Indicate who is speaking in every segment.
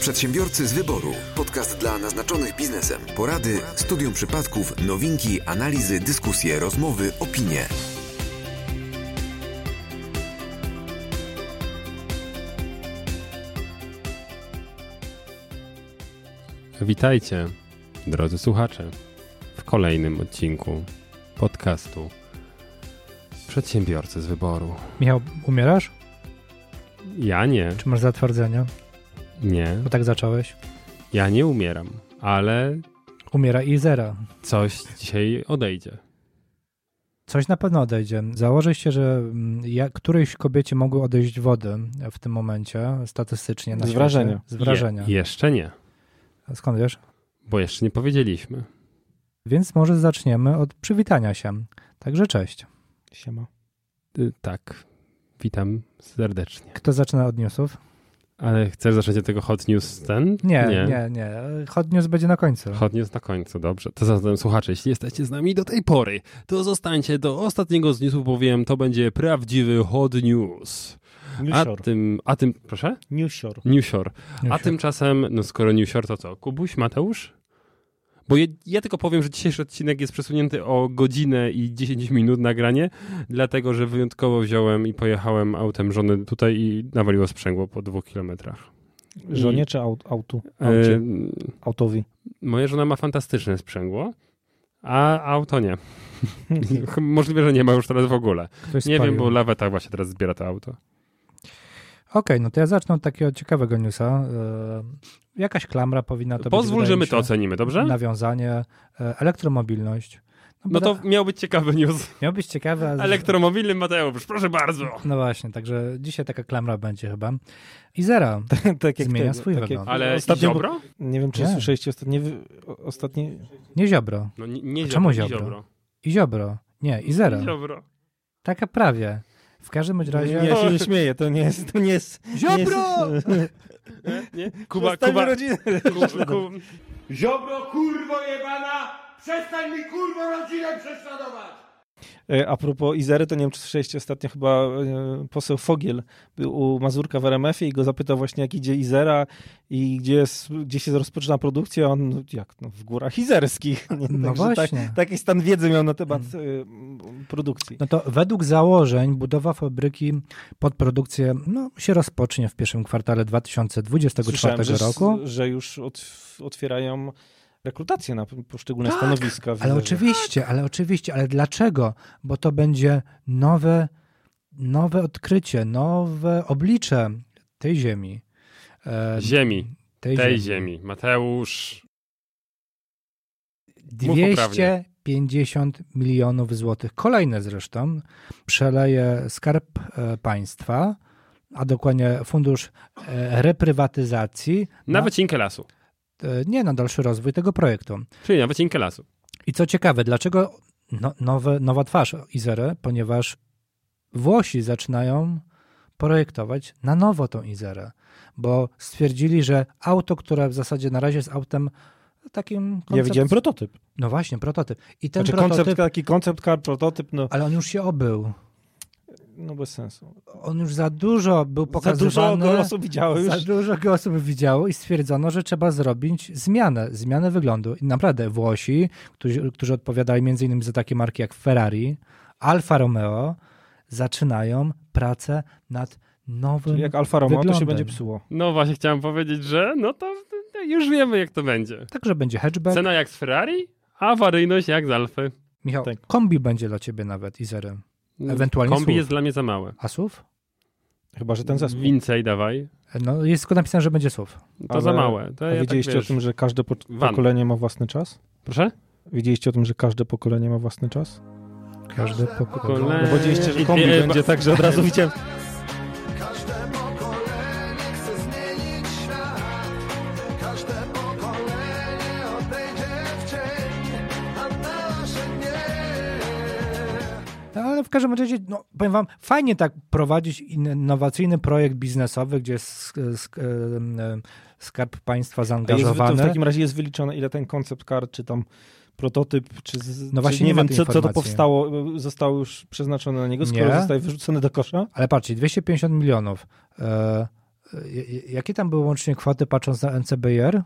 Speaker 1: Przedsiębiorcy z wyboru. Podcast dla naznaczonych biznesem. Porady, studium przypadków, nowinki, analizy, dyskusje, rozmowy, opinie.
Speaker 2: Witajcie, drodzy słuchacze, w kolejnym odcinku podcastu Przedsiębiorcy z wyboru.
Speaker 3: Michał, umierasz?
Speaker 2: Ja nie,
Speaker 3: Czy masz zatwardzenia?
Speaker 2: nie,
Speaker 3: Bo tak zacząłeś.
Speaker 2: ja nie umieram, ale
Speaker 3: Umiera i zera.
Speaker 2: coś dzisiaj odejdzie.
Speaker 3: Coś na pewno odejdzie. Założę się, że mm, ja, którejś kobiecie mogły odejść wody w tym momencie, statystycznie. Na
Speaker 4: Z
Speaker 3: świecie.
Speaker 4: wrażenia.
Speaker 3: Z wrażenia.
Speaker 2: Je, jeszcze nie,
Speaker 3: A Skąd wiesz?
Speaker 2: bo jeszcze nie powiedzieliśmy.
Speaker 3: Więc może zaczniemy od przywitania się. Także cześć.
Speaker 4: Siema.
Speaker 2: Y, Tak, witam serdecznie.
Speaker 3: Kto zaczyna od newsów?
Speaker 2: Ale chcesz zacząć od tego hot news ten?
Speaker 3: Nie, nie, nie. Hot news będzie na końcu.
Speaker 2: Hot news na końcu, dobrze. To zatem słuchacze, jeśli jesteście z nami do tej pory, to zostańcie do ostatniego z newsów, bowiem to będzie prawdziwy hot news. A
Speaker 4: Newsior.
Speaker 2: tym, a tym, proszę?
Speaker 4: Newsior.
Speaker 2: Newsior. A
Speaker 3: Newsior.
Speaker 2: tymczasem, no skoro newsior, to co? Kubuś, Mateusz? Bo ja, ja tylko powiem, że dzisiejszy odcinek jest przesunięty o godzinę i 10 minut nagranie, dlatego że wyjątkowo wziąłem i pojechałem autem żony tutaj i nawaliło sprzęgło po dwóch kilometrach.
Speaker 4: Żonie czy aut, autu? Aucie,
Speaker 2: E,
Speaker 4: Autowi.
Speaker 2: moja żona ma fantastyczne sprzęgło, a auto nie. Możliwe, że nie ma już teraz w ogóle.
Speaker 3: Ktoś
Speaker 2: Nie wiem,
Speaker 3: spalił.
Speaker 2: bo laweta właśnie teraz zbiera to auto.
Speaker 3: Okej, no to ja zacznę od takiego ciekawego newsa. Yy, jakaś klamra powinna to być.
Speaker 2: Pozwól,
Speaker 3: wydaje
Speaker 2: że my
Speaker 3: mi
Speaker 2: to
Speaker 3: się.
Speaker 2: ocenimy, dobrze?
Speaker 3: Nawiązanie, e, elektromobilność. bo
Speaker 2: No to miał być ciekawy news.
Speaker 3: Miał być ciekawe. a z-
Speaker 2: Elektromobilny Mateusz, proszę bardzo.
Speaker 3: No właśnie, także dzisiaj taka klamra będzie chyba. I zera.
Speaker 4: tak
Speaker 3: Zmienia
Speaker 4: tego,
Speaker 3: swój
Speaker 4: tak jak-
Speaker 3: wygląd.
Speaker 2: Ale
Speaker 4: ostatnio,
Speaker 2: ziobro?
Speaker 4: Nie wiem, czy
Speaker 3: Nie.
Speaker 4: słyszeliście ostatnie... wy- o- ostatnie...
Speaker 3: Nie ziobro.
Speaker 2: No nie, nie
Speaker 3: A czemu
Speaker 2: nie
Speaker 3: ziobro? I ziobro. Nie, i zera.
Speaker 2: Ziobro.
Speaker 3: Taka prawie. W każdym bądź razie.
Speaker 4: Ja się nie śmieję, to nie jest... To nie jest nie jest-
Speaker 3: Ziobro!
Speaker 2: Nie, nie? Kuba,
Speaker 4: Zostawmy
Speaker 2: Kuba,
Speaker 4: rodzinę.
Speaker 2: Kuba, Kuba.
Speaker 5: Ziobro, kurwo jebana! Przestań mi kurwo rodzinę prześladować!
Speaker 4: E, A propos Izery, to nie wiem, czy słyszeliście ostatnio chyba e, poseł Fogiel był u Mazurka w RMF-ie i go zapytał właśnie, jak idzie Izera i gdzie, jest, gdzie się rozpoczyna produkcja, a on jak, no, w górach izerskich. Nie?
Speaker 3: No
Speaker 4: Także
Speaker 3: właśnie.
Speaker 4: Tak, taki stan wiedzy miał na temat e, produkcji.
Speaker 3: No to według założeń budowa fabryki pod produkcję no, się rozpocznie w pierwszym kwartale 2024
Speaker 4: że,
Speaker 3: roku.
Speaker 4: że już od, otwierają rekrutację na poszczególne stanowiska. w
Speaker 3: Tak, Ale
Speaker 4: Izerze.
Speaker 3: oczywiście, ale oczywiście, ale dlaczego? Bo to będzie nowe, nowe odkrycie, nowe oblicze tej ziemi. E,
Speaker 2: Ziemi,
Speaker 3: tej,
Speaker 2: tej ziemi. Mateusz. Mów poprawnie.
Speaker 3: 250 milionów złotych. Kolejne zresztą przeleje skarb e, państwa, a dokładnie fundusz e, reprywatyzacji.
Speaker 2: Na wycinkę lasu.
Speaker 3: na, e, nie na dalszy rozwój tego projektu.
Speaker 2: Czyli na wycinkę lasu.
Speaker 3: I co ciekawe, dlaczego no, nowe, nowa twarz Izery? Ponieważ Włosi zaczynają projektować na nowo tą Izerę, bo stwierdzili, że auto, które w zasadzie na razie jest autem takim koncept...
Speaker 4: Ja widziałem prototyp.
Speaker 3: No właśnie, prototyp. I ten
Speaker 4: Znaczy
Speaker 3: prototyp,
Speaker 4: koncept, taki koncept car, prototyp, no,
Speaker 3: ale on już się obył.
Speaker 4: no bez sensu.
Speaker 3: On już za dużo był
Speaker 4: Za
Speaker 3: pokazywany.
Speaker 4: dużo go osób widziało już.
Speaker 3: Za dużo go osób widziało i stwierdzono, że trzeba zrobić zmianę, zmianę wyglądu. I naprawdę Włosi, którzy, którzy odpowiadali między innymi za takie marki jak Ferrari, Alfa Romeo, zaczynają pracę nad nowym...
Speaker 4: Czyli jak Alfa Romeo, to się
Speaker 3: wyglądem.
Speaker 4: będzie psuło.
Speaker 2: No właśnie chciałem powiedzieć, że no to już wiemy jak to będzie.
Speaker 3: Także będzie hatchback.
Speaker 2: Cena jak z Ferrari, a awaryjność jak z Alfy.
Speaker 3: Michał,
Speaker 4: Tak.
Speaker 3: kombi będzie dla ciebie nawet, Izery. Ewentualnie
Speaker 2: Kombi
Speaker 3: SUV.
Speaker 2: jest dla mnie za małe.
Speaker 3: A SUV?
Speaker 4: Chyba, że ten zespół.
Speaker 2: Więcej dawaj.
Speaker 3: No jest tylko napisane, że będzie SUV.
Speaker 2: To
Speaker 4: Ale-
Speaker 2: za małe. To
Speaker 4: A
Speaker 2: ja
Speaker 4: wiedzieliście
Speaker 2: tak,
Speaker 4: o tym, że każde po-
Speaker 2: Van.
Speaker 4: pokolenie ma własny czas?
Speaker 2: Proszę?
Speaker 4: Wiedzieliście o tym, że każde pokolenie ma własny czas?
Speaker 3: Każde pokolenie.
Speaker 2: Pokolenie.
Speaker 4: No bo wiedzieliście, że
Speaker 2: I
Speaker 4: kombi
Speaker 2: dwie-
Speaker 4: będzie tak, że od razu widziałem.
Speaker 6: Każde pokolenie chce zmienić świat. Każde pokolenie odejdzie w cień, a nasze nie.
Speaker 3: No, ale w każdym razie, no, powiem wam, fajnie tak prowadzić innowacyjny projekt biznesowy, gdzie jest sk- sk- em, em, skarb państwa
Speaker 4: A jest, to w
Speaker 3: zaangażowany.
Speaker 4: takim razie jest wyliczone, ile ten koncept car, czy tam prototyp, czy, z,
Speaker 3: No właśnie
Speaker 4: czy
Speaker 3: nie
Speaker 4: nie
Speaker 3: ma
Speaker 4: wiem,
Speaker 3: tej
Speaker 4: co, co to
Speaker 3: informacji.
Speaker 4: powstało, y, zostało już przeznaczone na niego, skoro
Speaker 3: Nie.
Speaker 4: zostaje wyrzucony do kosza.
Speaker 3: Ale patrzcie, 250 milionów. E, J- j- jakie tam były łącznie kwoty patrząc na NCBR?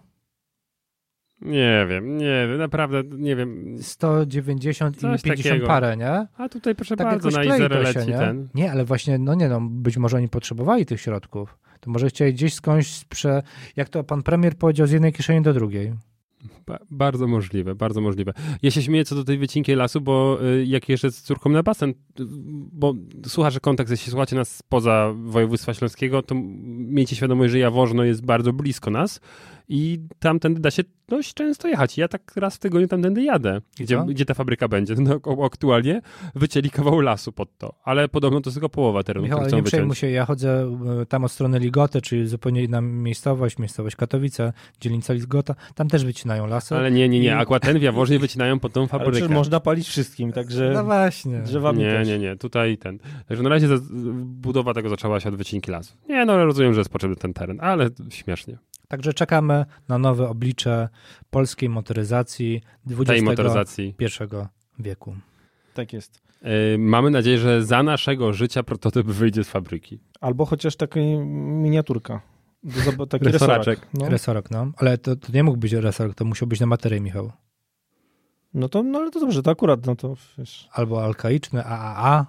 Speaker 2: Nie wiem, nie wiem, naprawdę nie wiem.
Speaker 3: 190
Speaker 2: Coś
Speaker 3: i 50
Speaker 2: takiego.
Speaker 3: parę, nie?
Speaker 2: A tutaj proszę
Speaker 3: Tak
Speaker 2: bardzo,
Speaker 3: jakoś
Speaker 2: na
Speaker 3: klei
Speaker 2: Izerę
Speaker 3: to
Speaker 2: leci
Speaker 3: się, nie?
Speaker 2: ten.
Speaker 3: Nie, ale właśnie, no nie no, być może oni potrzebowali tych środków. To może chcieli gdzieś skądś sprze... Jak to pan premier powiedział, z jednej kieszeni do drugiej.
Speaker 2: Ba- bardzo możliwe, bardzo możliwe. Ja się śmieję co do tej wycinki lasu, bo y, jak jeżdżę z córką na basen, y, bo słuchacze kontakt, jeśli słuchacie nas spoza województwa śląskiego, to m- miejcie świadomość, że Jaworzno jest bardzo blisko nas i tamtędy da się dość często jechać. Ja tak raz w tygodniu tamtędy jadę,
Speaker 3: I
Speaker 2: gdzie,
Speaker 3: co?
Speaker 2: gdzie ta fabryka będzie. No, o- aktualnie wycięli kawał lasu pod to, ale podobno to jest tylko połowa terenu,
Speaker 3: Michał,
Speaker 2: który
Speaker 3: ale
Speaker 2: chcą
Speaker 3: nie przejmuj
Speaker 2: wyciąć.
Speaker 3: się, ja chodzę y, tam od strony Ligoty, czyli zupełnie inna miejscowość, miejscowość Katowice, dzielnica Ligota, tam też wycinają lasy.
Speaker 2: Ale nie, nie,
Speaker 3: I-
Speaker 2: nie, akurat ten w Jaworznie wycinają pod tą
Speaker 4: Ale
Speaker 2: fabrykę.
Speaker 4: przecież można palić wszystkim, także
Speaker 3: No właśnie.
Speaker 4: drzewami
Speaker 2: nie,
Speaker 4: też.
Speaker 2: nie, nie, tutaj ten. Także na razie za, budowa tego zaczęła się od wycinki lasu. Nie, no rozumiem, że jest potrzebny ten teren, ale śmiesznie.
Speaker 3: Także czekamy na nowe oblicze polskiej motoryzacji
Speaker 2: Tej
Speaker 3: XXI
Speaker 2: motoryzacji.
Speaker 3: wieku.
Speaker 4: Tak jest.
Speaker 2: Yy, mamy nadzieję, że za naszego życia prototyp wyjdzie z fabryki.
Speaker 4: Albo chociaż taka miniaturka. Do zob- Taki
Speaker 2: Resoraczek.
Speaker 4: resoraczek. No.
Speaker 3: Resorok, no. Ale to, to nie mógł być resorok, to musiał być na materii, Michał.
Speaker 4: no to, no ale to dobrze, to akurat, no to wiesz.
Speaker 3: Albo alkaiczny, AAA.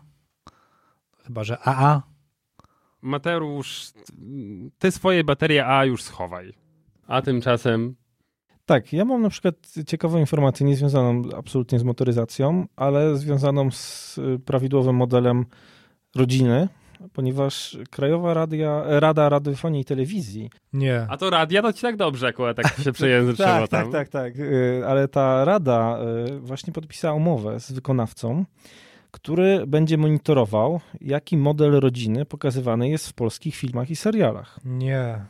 Speaker 3: Chyba, że AA.
Speaker 2: Mateusz, ty swoje baterie A już schowaj. A tymczasem
Speaker 4: Tak, ja mam na przykład ciekawą informację, nie związaną absolutnie z motoryzacją, ale związaną z y, prawidłowym modelem rodziny, ponieważ Krajowa Radia, e, Rada Radiofonii i Telewizji.
Speaker 3: Nie.
Speaker 2: a to radia, to ci tak dobrze akurat tak się przejęzyczyło
Speaker 4: tak, tak,
Speaker 2: tam.
Speaker 4: tak, tak, y, ale ta Rada y, właśnie podpisała umowę z wykonawcą, który będzie monitorował, jaki model rodziny pokazywany jest w polskich filmach i serialach.
Speaker 3: Nie.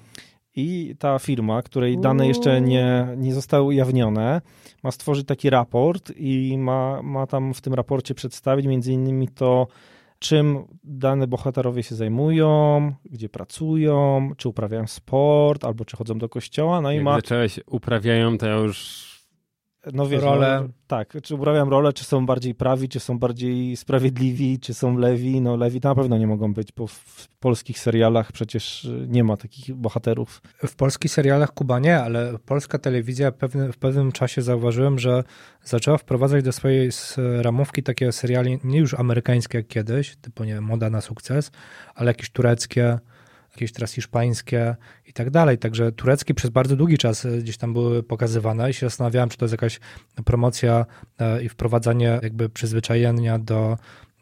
Speaker 4: I ta firma, której dane jeszcze nie, nie zostały ujawnione, ma stworzyć taki raport i ma, ma tam w tym raporcie przedstawić między innymi to, czym dane bohaterowie się zajmują, gdzie pracują, czy uprawiają sport, albo czy chodzą do kościoła. No i
Speaker 2: Jak
Speaker 4: ma,
Speaker 2: zacząłeś uprawiają, to ja już
Speaker 4: no wiesz,
Speaker 3: Rolę.
Speaker 4: No, tak, czy uprawiam rolę, czy są bardziej prawi, czy są bardziej sprawiedliwi, czy są lewi. No lewi to na pewno nie mogą być, bo w, w polskich serialach przecież y, nie ma takich bohaterów.
Speaker 3: W polskich serialach Kuba nie, ale polska telewizja pewny, w pewnym czasie zauważyłem, że zaczęła wprowadzać do swojej s- ramówki takie seriali, nie już amerykańskie jak kiedyś, typu nie wiem, moda na sukces, ale jakieś tureckie, jakieś teraz hiszpańskie i tak dalej. Także tureckie przez bardzo długi czas e, gdzieś tam były pokazywane i się zastanawiałem, czy to jest jakaś promocja e, i wprowadzanie jakby przyzwyczajenia do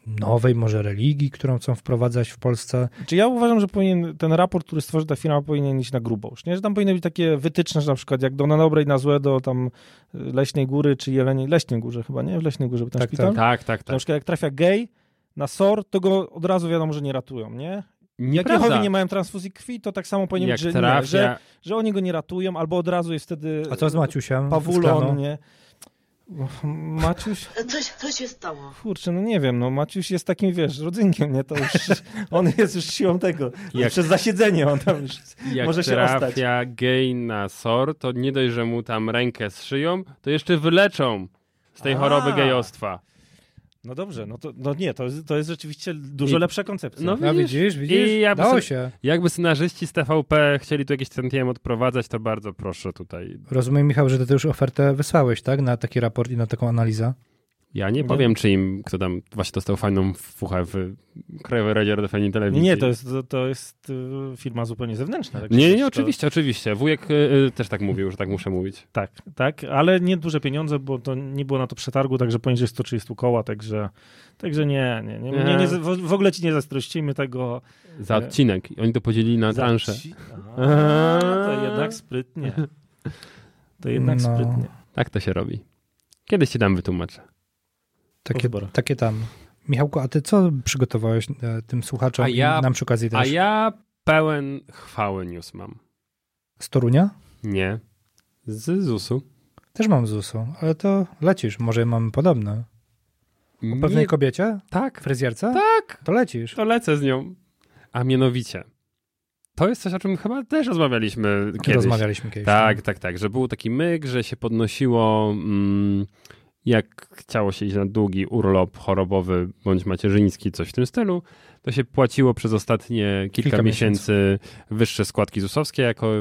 Speaker 3: nowej może religii, którą chcą wprowadzać w Polsce.
Speaker 4: Czy ja uważam, że powinien ten raport, który stworzy ta firma, powinien iść na grubo już, nie? Że tam powinny być takie wytyczne, że na przykład jak do na dobre i na złe, do tam y, Leśnej Góry czy Jeleniej, Leśnej Górze chyba, nie? W Leśnej Górze był ten
Speaker 3: Tak,
Speaker 4: szpital.
Speaker 2: tak, tak,
Speaker 4: Na
Speaker 2: tak.
Speaker 4: przykład jak trafia gej na SOR, to go od razu wiadomo, że nie ratują, nie? Jak Jehowi
Speaker 2: Nieprawda.
Speaker 4: nie mają transfuzji krwi, to tak samo powinien
Speaker 2: Jak
Speaker 4: być, że,
Speaker 2: trafia,
Speaker 4: nie, że, że oni go nie ratują, albo od razu jest wtedy
Speaker 3: A co z no. Maciusiem? z klanu?
Speaker 4: Pawulon, nie? Och, Maciuś,
Speaker 7: Co, się- co się stało?
Speaker 4: kurczę, no nie wiem, no Maciuś jest takim, wiesz, rodzynkiem, nie? To już, on jest już siłą tego, No
Speaker 2: Jak-
Speaker 4: przez zasiedzenie on tam już
Speaker 2: Jak
Speaker 4: Może się
Speaker 2: trafia gej na SOR, to nie dość, że mu tam rękę zszyją, to jeszcze wyleczą z tej
Speaker 4: A.
Speaker 2: choroby gejostwa.
Speaker 4: No dobrze, no to no nie, to jest, to jest rzeczywiście dużo
Speaker 2: I-
Speaker 4: lepsza koncepcja.
Speaker 2: No
Speaker 3: No
Speaker 2: widzisz?
Speaker 3: widzisz, widzisz,
Speaker 2: I ja po
Speaker 3: dało
Speaker 2: prostu-
Speaker 3: się.
Speaker 2: Jakby scenarzyści z TVP chcieli tu jakieś centiem odprowadzać, to bardzo proszę tutaj.
Speaker 3: Rozumiem, Michał, że ty już ofertę wysłałeś, tak? Na taki raport i na taką analizę.
Speaker 2: Ja nie powiem, czy im, kto tam właśnie dostał fajną fuchę w Krajowej Radzie Radiofonii i Telewizji.
Speaker 4: nie, to jest, to, to jest y, firma zupełnie zewnętrzna. Tak
Speaker 2: Nie, nie,
Speaker 4: przecież
Speaker 2: nie,
Speaker 4: to-
Speaker 2: oczywiście, oczywiście. Wujek y, y, też tak mówił, że tak muszę mówić.
Speaker 4: Tak, tak, ale nie duże pieniądze, bo to nie było na to przetargu, także poniżej 130 koła, także, także nie, nie, nie, nie, nie,
Speaker 2: Nie.
Speaker 4: w w ogóle ci nie zazdrościmy tego.
Speaker 2: Za
Speaker 4: Nie.
Speaker 2: odcinek. I Oni to podzielili na
Speaker 4: E, Za-
Speaker 2: transze.
Speaker 4: ci- A, To jednak sprytnie. To jednak
Speaker 3: No.
Speaker 4: sprytnie.
Speaker 2: Tak to się robi. Kiedyś ci tam wytłumaczę.
Speaker 3: Takie,
Speaker 4: Pozbora.
Speaker 3: takie tam. Michałku, a ty co przygotowałeś e, tym słuchaczom
Speaker 2: A ja-
Speaker 3: i nam przy okazji też?
Speaker 2: A ja pełen chwały news mam.
Speaker 3: Z Torunia?
Speaker 2: Nie. Z ZUS-u.
Speaker 3: Też mam z USU, ale to lecisz, może mamy podobne. O pewnej
Speaker 2: Nie-
Speaker 3: kobiecie?
Speaker 2: Tak,
Speaker 3: Fryzjerce?
Speaker 2: tak.
Speaker 3: To lecisz.
Speaker 2: To lecę z nią. A mianowicie, to jest coś, o czym chyba też rozmawialiśmy kiedyś.
Speaker 3: Rozmawialiśmy kiedyś.
Speaker 2: Tak, tak, tak. Że był taki myk, że się podnosiło mm, jak chciało się iść na długi urlop chorobowy bądź macierzyński, coś w tym stylu, to się płaciło przez ostatnie kilka,
Speaker 7: Kilka
Speaker 2: miesięcy,
Speaker 7: miesięcy.
Speaker 2: wyższe składki ZUS-owskie jako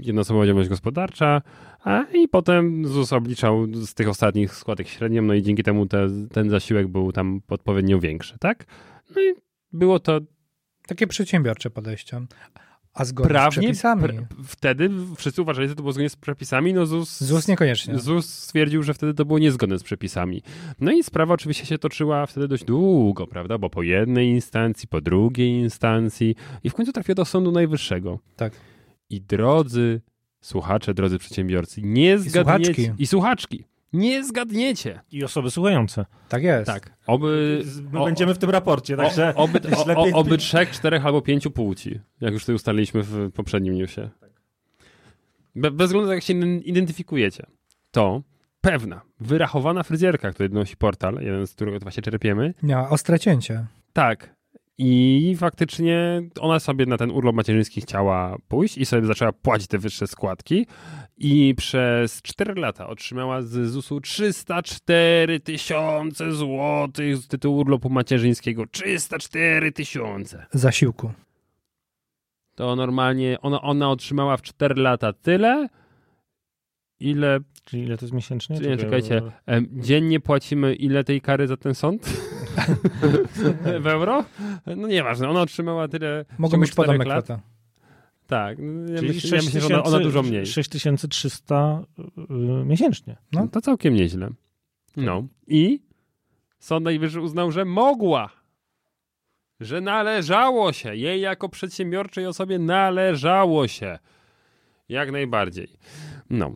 Speaker 2: jednoosobowa działalność gospodarcza, a i potem ZUS obliczał z tych ostatnich składek średnią, no i dzięki temu te, ten zasiłek był tam odpowiednio większy, tak? No i było to
Speaker 3: Takie przedsiębiorcze podejście. A zgodnie z
Speaker 2: prawnie.
Speaker 3: przepisami.
Speaker 2: pr- wtedy wszyscy uważali, że to było zgodnie z przepisami, no ZUS...
Speaker 3: ZUS niekoniecznie.
Speaker 2: ZUS stwierdził, że wtedy to było niezgodne z przepisami. No i sprawa oczywiście się toczyła wtedy dość długo, prawda? Bo po jednej instancji, po drugiej instancji i w końcu trafiła do Sądu Najwyższego.
Speaker 3: Tak.
Speaker 2: I drodzy słuchacze, drodzy przedsiębiorcy, nie zgadniecie...
Speaker 3: słuchaczki.
Speaker 2: I słuchaczki. Nie zgadniecie.
Speaker 7: I osoby słuchające.
Speaker 3: Tak jest.
Speaker 2: Tak. Oby...
Speaker 7: My będziemy w tym raporcie,
Speaker 2: o,
Speaker 7: także...
Speaker 2: o, oby,
Speaker 7: już
Speaker 2: o,
Speaker 7: lepiej-
Speaker 2: o, oby trzech, czterech albo pięciu płci, jak już tutaj ustaliliśmy w poprzednim newsie. Be, bez względu na to, jak się in- identyfikujecie, to pewna, wyrachowana fryzjerka, której nosi portal, jeden z którego właśnie czerpiemy,
Speaker 3: Miała ostre cięcie.
Speaker 2: tak. I faktycznie ona sobie na ten urlop macierzyński chciała pójść i sobie zaczęła płacić te wyższe składki. I przez 4 lata otrzymała z ZUS-u 304 tysiące złotych z tytułu urlopu macierzyńskiego. 304 tysiące.
Speaker 3: Zasiłku.
Speaker 2: To normalnie ona, ona otrzymała w 4 lata tyle, ile.
Speaker 7: Czyli ile to jest miesięcznie?
Speaker 2: Nie, czekajcie. em, dziennie płacimy ile tej kary za ten sąd? w euro? No nieważne, ona otrzymała tyle.
Speaker 3: Mogą być
Speaker 2: czterech
Speaker 3: podane
Speaker 2: lat.
Speaker 3: kwota.
Speaker 2: Tak, no, ja,
Speaker 7: Czyli
Speaker 2: myślę, ja myślę, że ona, ona dużo mniej.
Speaker 7: 6300 y, miesięcznie.
Speaker 3: no.
Speaker 2: To całkiem nieźle. No. I Sąd Najwyższy uznał, że mogła. Że należało się. Jej jako przedsiębiorczej osobie należało się. Jak najbardziej. No.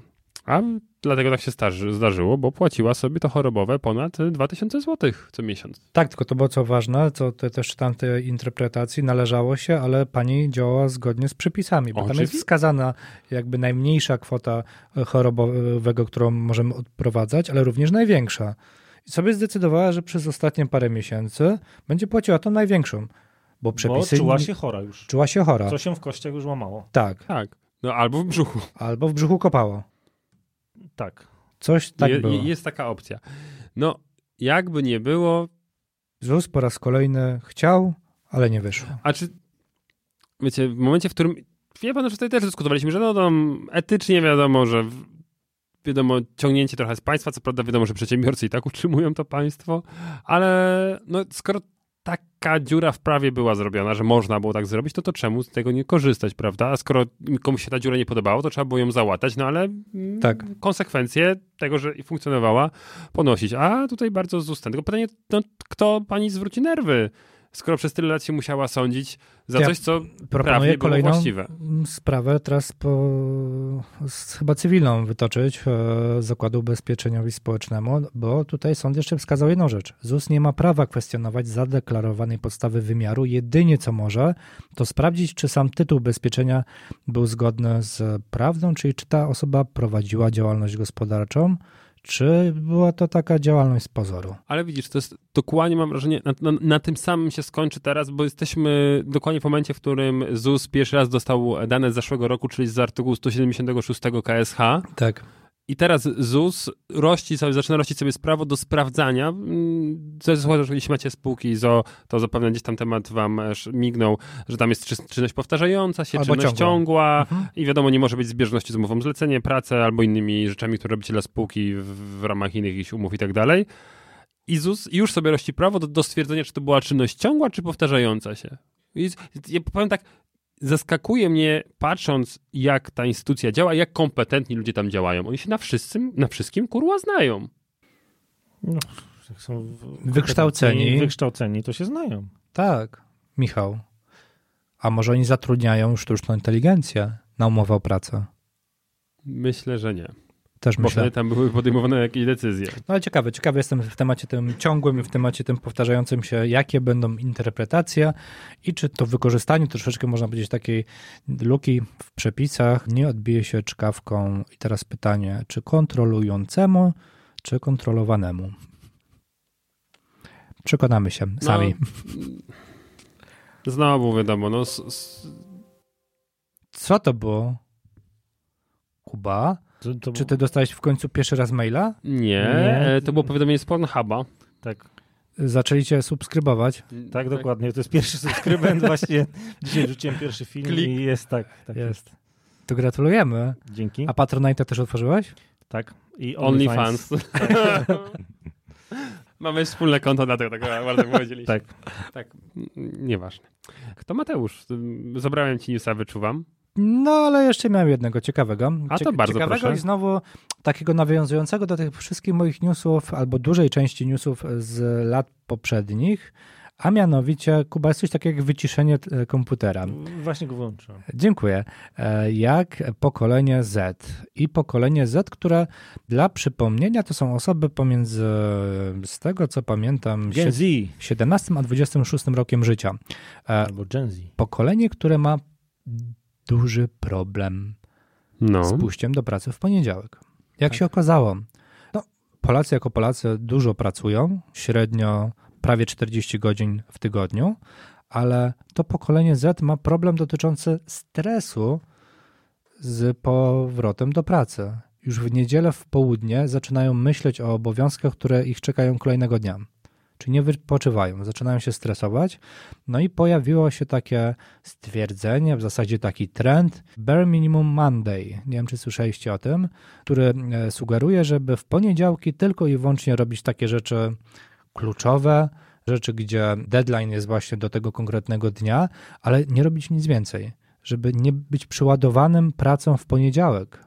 Speaker 2: A dlatego tak się starzy, zdarzyło, bo płaciła sobie to chorobowe ponad 2000 zł co miesiąc.
Speaker 3: Tak, tylko to było co ważne, co te, też czytałem tej interpretacji, należało się, ale pani działała zgodnie z przepisami, bo tam jest
Speaker 2: Oczywiście.
Speaker 3: wskazana jakby najmniejsza kwota e, chorobowego, którą możemy odprowadzać, ale również największa. I sobie zdecydowała, że przez ostatnie parę miesięcy będzie płaciła tą największą, bo przepisy...
Speaker 7: Bo czuła się chora już.
Speaker 3: czuła się chora.
Speaker 7: Co się w kościach już łamało.
Speaker 3: Tak,
Speaker 2: Tak. No albo w brzuchu.
Speaker 3: albo w brzuchu kopało.
Speaker 7: Tak.
Speaker 3: Coś tak
Speaker 2: Je,
Speaker 3: było.
Speaker 2: je- jest taka opcja. No, jakby nie było,
Speaker 3: ZUS po raz kolejny chciał, ale nie wyszło.
Speaker 2: A czy, wiecie, w momencie, w którym, wie pan, że tutaj też dyskutowaliśmy, że no tam etycznie wiadomo, że w- wiadomo, ciągnięcie trochę z państwa, co prawda wiadomo, że przedsiębiorcy i tak utrzymują to państwo, ale no skoro taka dziura w prawie była zrobiona, że można było tak zrobić, to to czemu z tego nie korzystać, prawda? A skoro komuś się ta dziura nie podobała, to trzeba było ją załatać, no ale mm,
Speaker 3: Tak.
Speaker 2: konsekwencje tego, że funkcjonowała, ponosić. A tutaj bardzo ZUS ten. Tylko pytanie, no, kto pani zwróci nerwy, skoro przez tyle lat się musiała sądzić za
Speaker 3: Ja
Speaker 2: coś, co
Speaker 3: proponuję
Speaker 2: prawnie
Speaker 3: kolejną
Speaker 2: było właściwe.
Speaker 3: sprawę teraz po, z, chyba cywilną wytoczyć e, Zakładu Ubezpieczeniowi Społecznemu, bo tutaj sąd jeszcze wskazał jedną rzecz. ZUS nie ma prawa kwestionować zadeklarowanej podstawy wymiaru. Jedynie co może, to sprawdzić, czy sam tytuł ubezpieczenia był zgodny z prawdą, czyli czy ta osoba prowadziła działalność gospodarczą, czy była to taka działalność z pozoru.
Speaker 2: Ale widzisz, to jest dokładnie, mam wrażenie, na, na, na tym samym się skończy teraz, bo jesteśmy dokładnie w momencie, w którym ZUS pierwszy raz dostał dane z zeszłego roku, czyli z artykułu 176 KSH.
Speaker 3: Tak.
Speaker 2: I teraz ZUS rości sobie, zaczyna rościć sobie prawo do sprawdzania. Mm, co jest złe, że jeśli macie spółki z o, to zapewne gdzieś tam temat wam e, sz- mignął, że tam jest czyn- czynność powtarzająca się,
Speaker 3: Albo
Speaker 2: czynność
Speaker 3: ciągła. Mhm.
Speaker 2: ciągła i wiadomo, nie może być zbieżności z umową zlecenie, pracę albo innymi rzeczami, które robicie dla spółki w, w ramach innych jakichś umów i tak dalej. I ZUS już sobie rości prawo do, do stwierdzenia, czy to była czynność ciągła, czy powtarzająca się. I, z- ja powiem tak, zaskakuje mnie, patrząc, jak ta instytucja działa, jak kompetentni ludzie tam działają. Oni się na wszystkim, na wszystkim kurwa znają.
Speaker 7: No, jak są w-
Speaker 3: Wykształceni.
Speaker 7: Wykształceni, to się znają.
Speaker 3: Tak, Michał. A może oni zatrudniają sztuczną inteligencję na umowę o pracę?
Speaker 2: Myślę, że nie.
Speaker 3: Też
Speaker 2: Bo
Speaker 3: myślę.
Speaker 2: wtedy tam były podejmowane jakieś decyzje.
Speaker 3: No ale ciekawe, ciekawy jestem w temacie tym ciągłym i w temacie tym powtarzającym się, jakie będą interpretacje i czy to wykorzystanie troszeczkę, można powiedzieć, takiej luki w przepisach nie odbije się czkawką. I teraz pytanie, czy kontrolującemu, czy kontrolowanemu? Przekonamy się sami.
Speaker 2: No, znowu wiadomo, no. S, s,
Speaker 3: Co to było? Kuba?
Speaker 4: To, to
Speaker 3: Czy ty dostałeś w końcu pierwszy raz maila?
Speaker 2: Nie,
Speaker 4: Nie.
Speaker 2: e, to było powiadomienie z Pornhuba.
Speaker 4: tak,
Speaker 3: Zaczęli cię subskrybować.
Speaker 4: tak, dokładnie. To jest pierwszy subskrybent właśnie. Dzisiaj rzuciłem pierwszy film
Speaker 2: Klik.
Speaker 4: i jest tak. tak
Speaker 3: Jest. To gratulujemy.
Speaker 4: Dzięki.
Speaker 3: A Patronite też otworzyłeś?
Speaker 4: tak. I
Speaker 2: OnlyFans. Mamy wspólne konto, dlatego tak bardzo powiedzieliśmy.
Speaker 4: Tak.
Speaker 2: tak. m, Nieważne. Kto Mateusz? Ym, Zabrałem ci newsa, wyczuwam.
Speaker 3: No, ale jeszcze miałem jednego ciekawego.
Speaker 2: A to bardzo
Speaker 3: Ciekawego
Speaker 2: proszę.
Speaker 3: i znowu takiego nawiązującego do tych wszystkich moich newsów, albo dużej części newsów z lat poprzednich, a mianowicie, Kuba, jest coś takiego jak wyciszenie e, komputera.
Speaker 4: Właśnie go wyłączyłem.
Speaker 3: Dziękuję. E, Jak pokolenie Z i pokolenie Z, które dla przypomnienia to są osoby pomiędzy, z tego co pamiętam,
Speaker 4: Gen Z.
Speaker 3: 17 a 26 rokiem życia. E,
Speaker 4: Albo Gen Z.
Speaker 3: Pokolenie, które ma duży problem
Speaker 2: No.
Speaker 3: z pójściem do pracy w poniedziałek. Jak się okazało, no, Polacy jako Polacy dużo pracują, średnio prawie 40 godzin w tygodniu, ale to pokolenie Z ma problem dotyczący stresu z powrotem do pracy. Już w niedzielę w południe zaczynają myśleć o obowiązkach, które ich czekają kolejnego dnia. Czyli nie wypoczywają, zaczynają się stresować. No i pojawiło się takie stwierdzenie, w zasadzie taki trend Bare Minimum Monday. Nie wiem, czy słyszeliście o tym, który e, sugeruje, żeby w poniedziałki tylko i wyłącznie robić takie rzeczy kluczowe, rzeczy, gdzie deadline jest właśnie do tego konkretnego dnia, ale nie robić nic więcej, żeby nie być przyładowanym pracą w poniedziałek.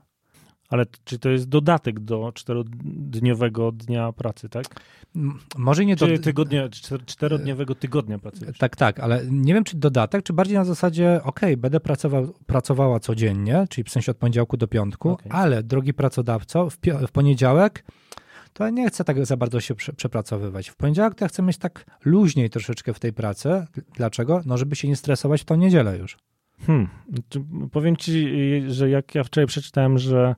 Speaker 4: Ale t- czy to jest dodatek do czterodniowego dnia pracy, tak?
Speaker 3: M- Może nie
Speaker 4: Czy
Speaker 3: do...
Speaker 4: tygodnia, czter- czterodniowego tygodnia pracy.
Speaker 3: Tak, tak, ale nie wiem, czy dodatek, czy bardziej na zasadzie, okej, będę pracował, pracowała codziennie, czyli w sensie od poniedziałku do piątku,
Speaker 4: Okej.
Speaker 3: ale drogi pracodawco, w, pio- w poniedziałek to ja nie chcę tak za bardzo się prze, przepracowywać. W poniedziałek to ja chcę mieć tak luźniej troszeczkę w tej pracy. Dlaczego? No, żeby się nie stresować w tą niedzielę już.
Speaker 4: Hmm. Czy- Powiem ci, y, że jak ja wczoraj przeczytałem, że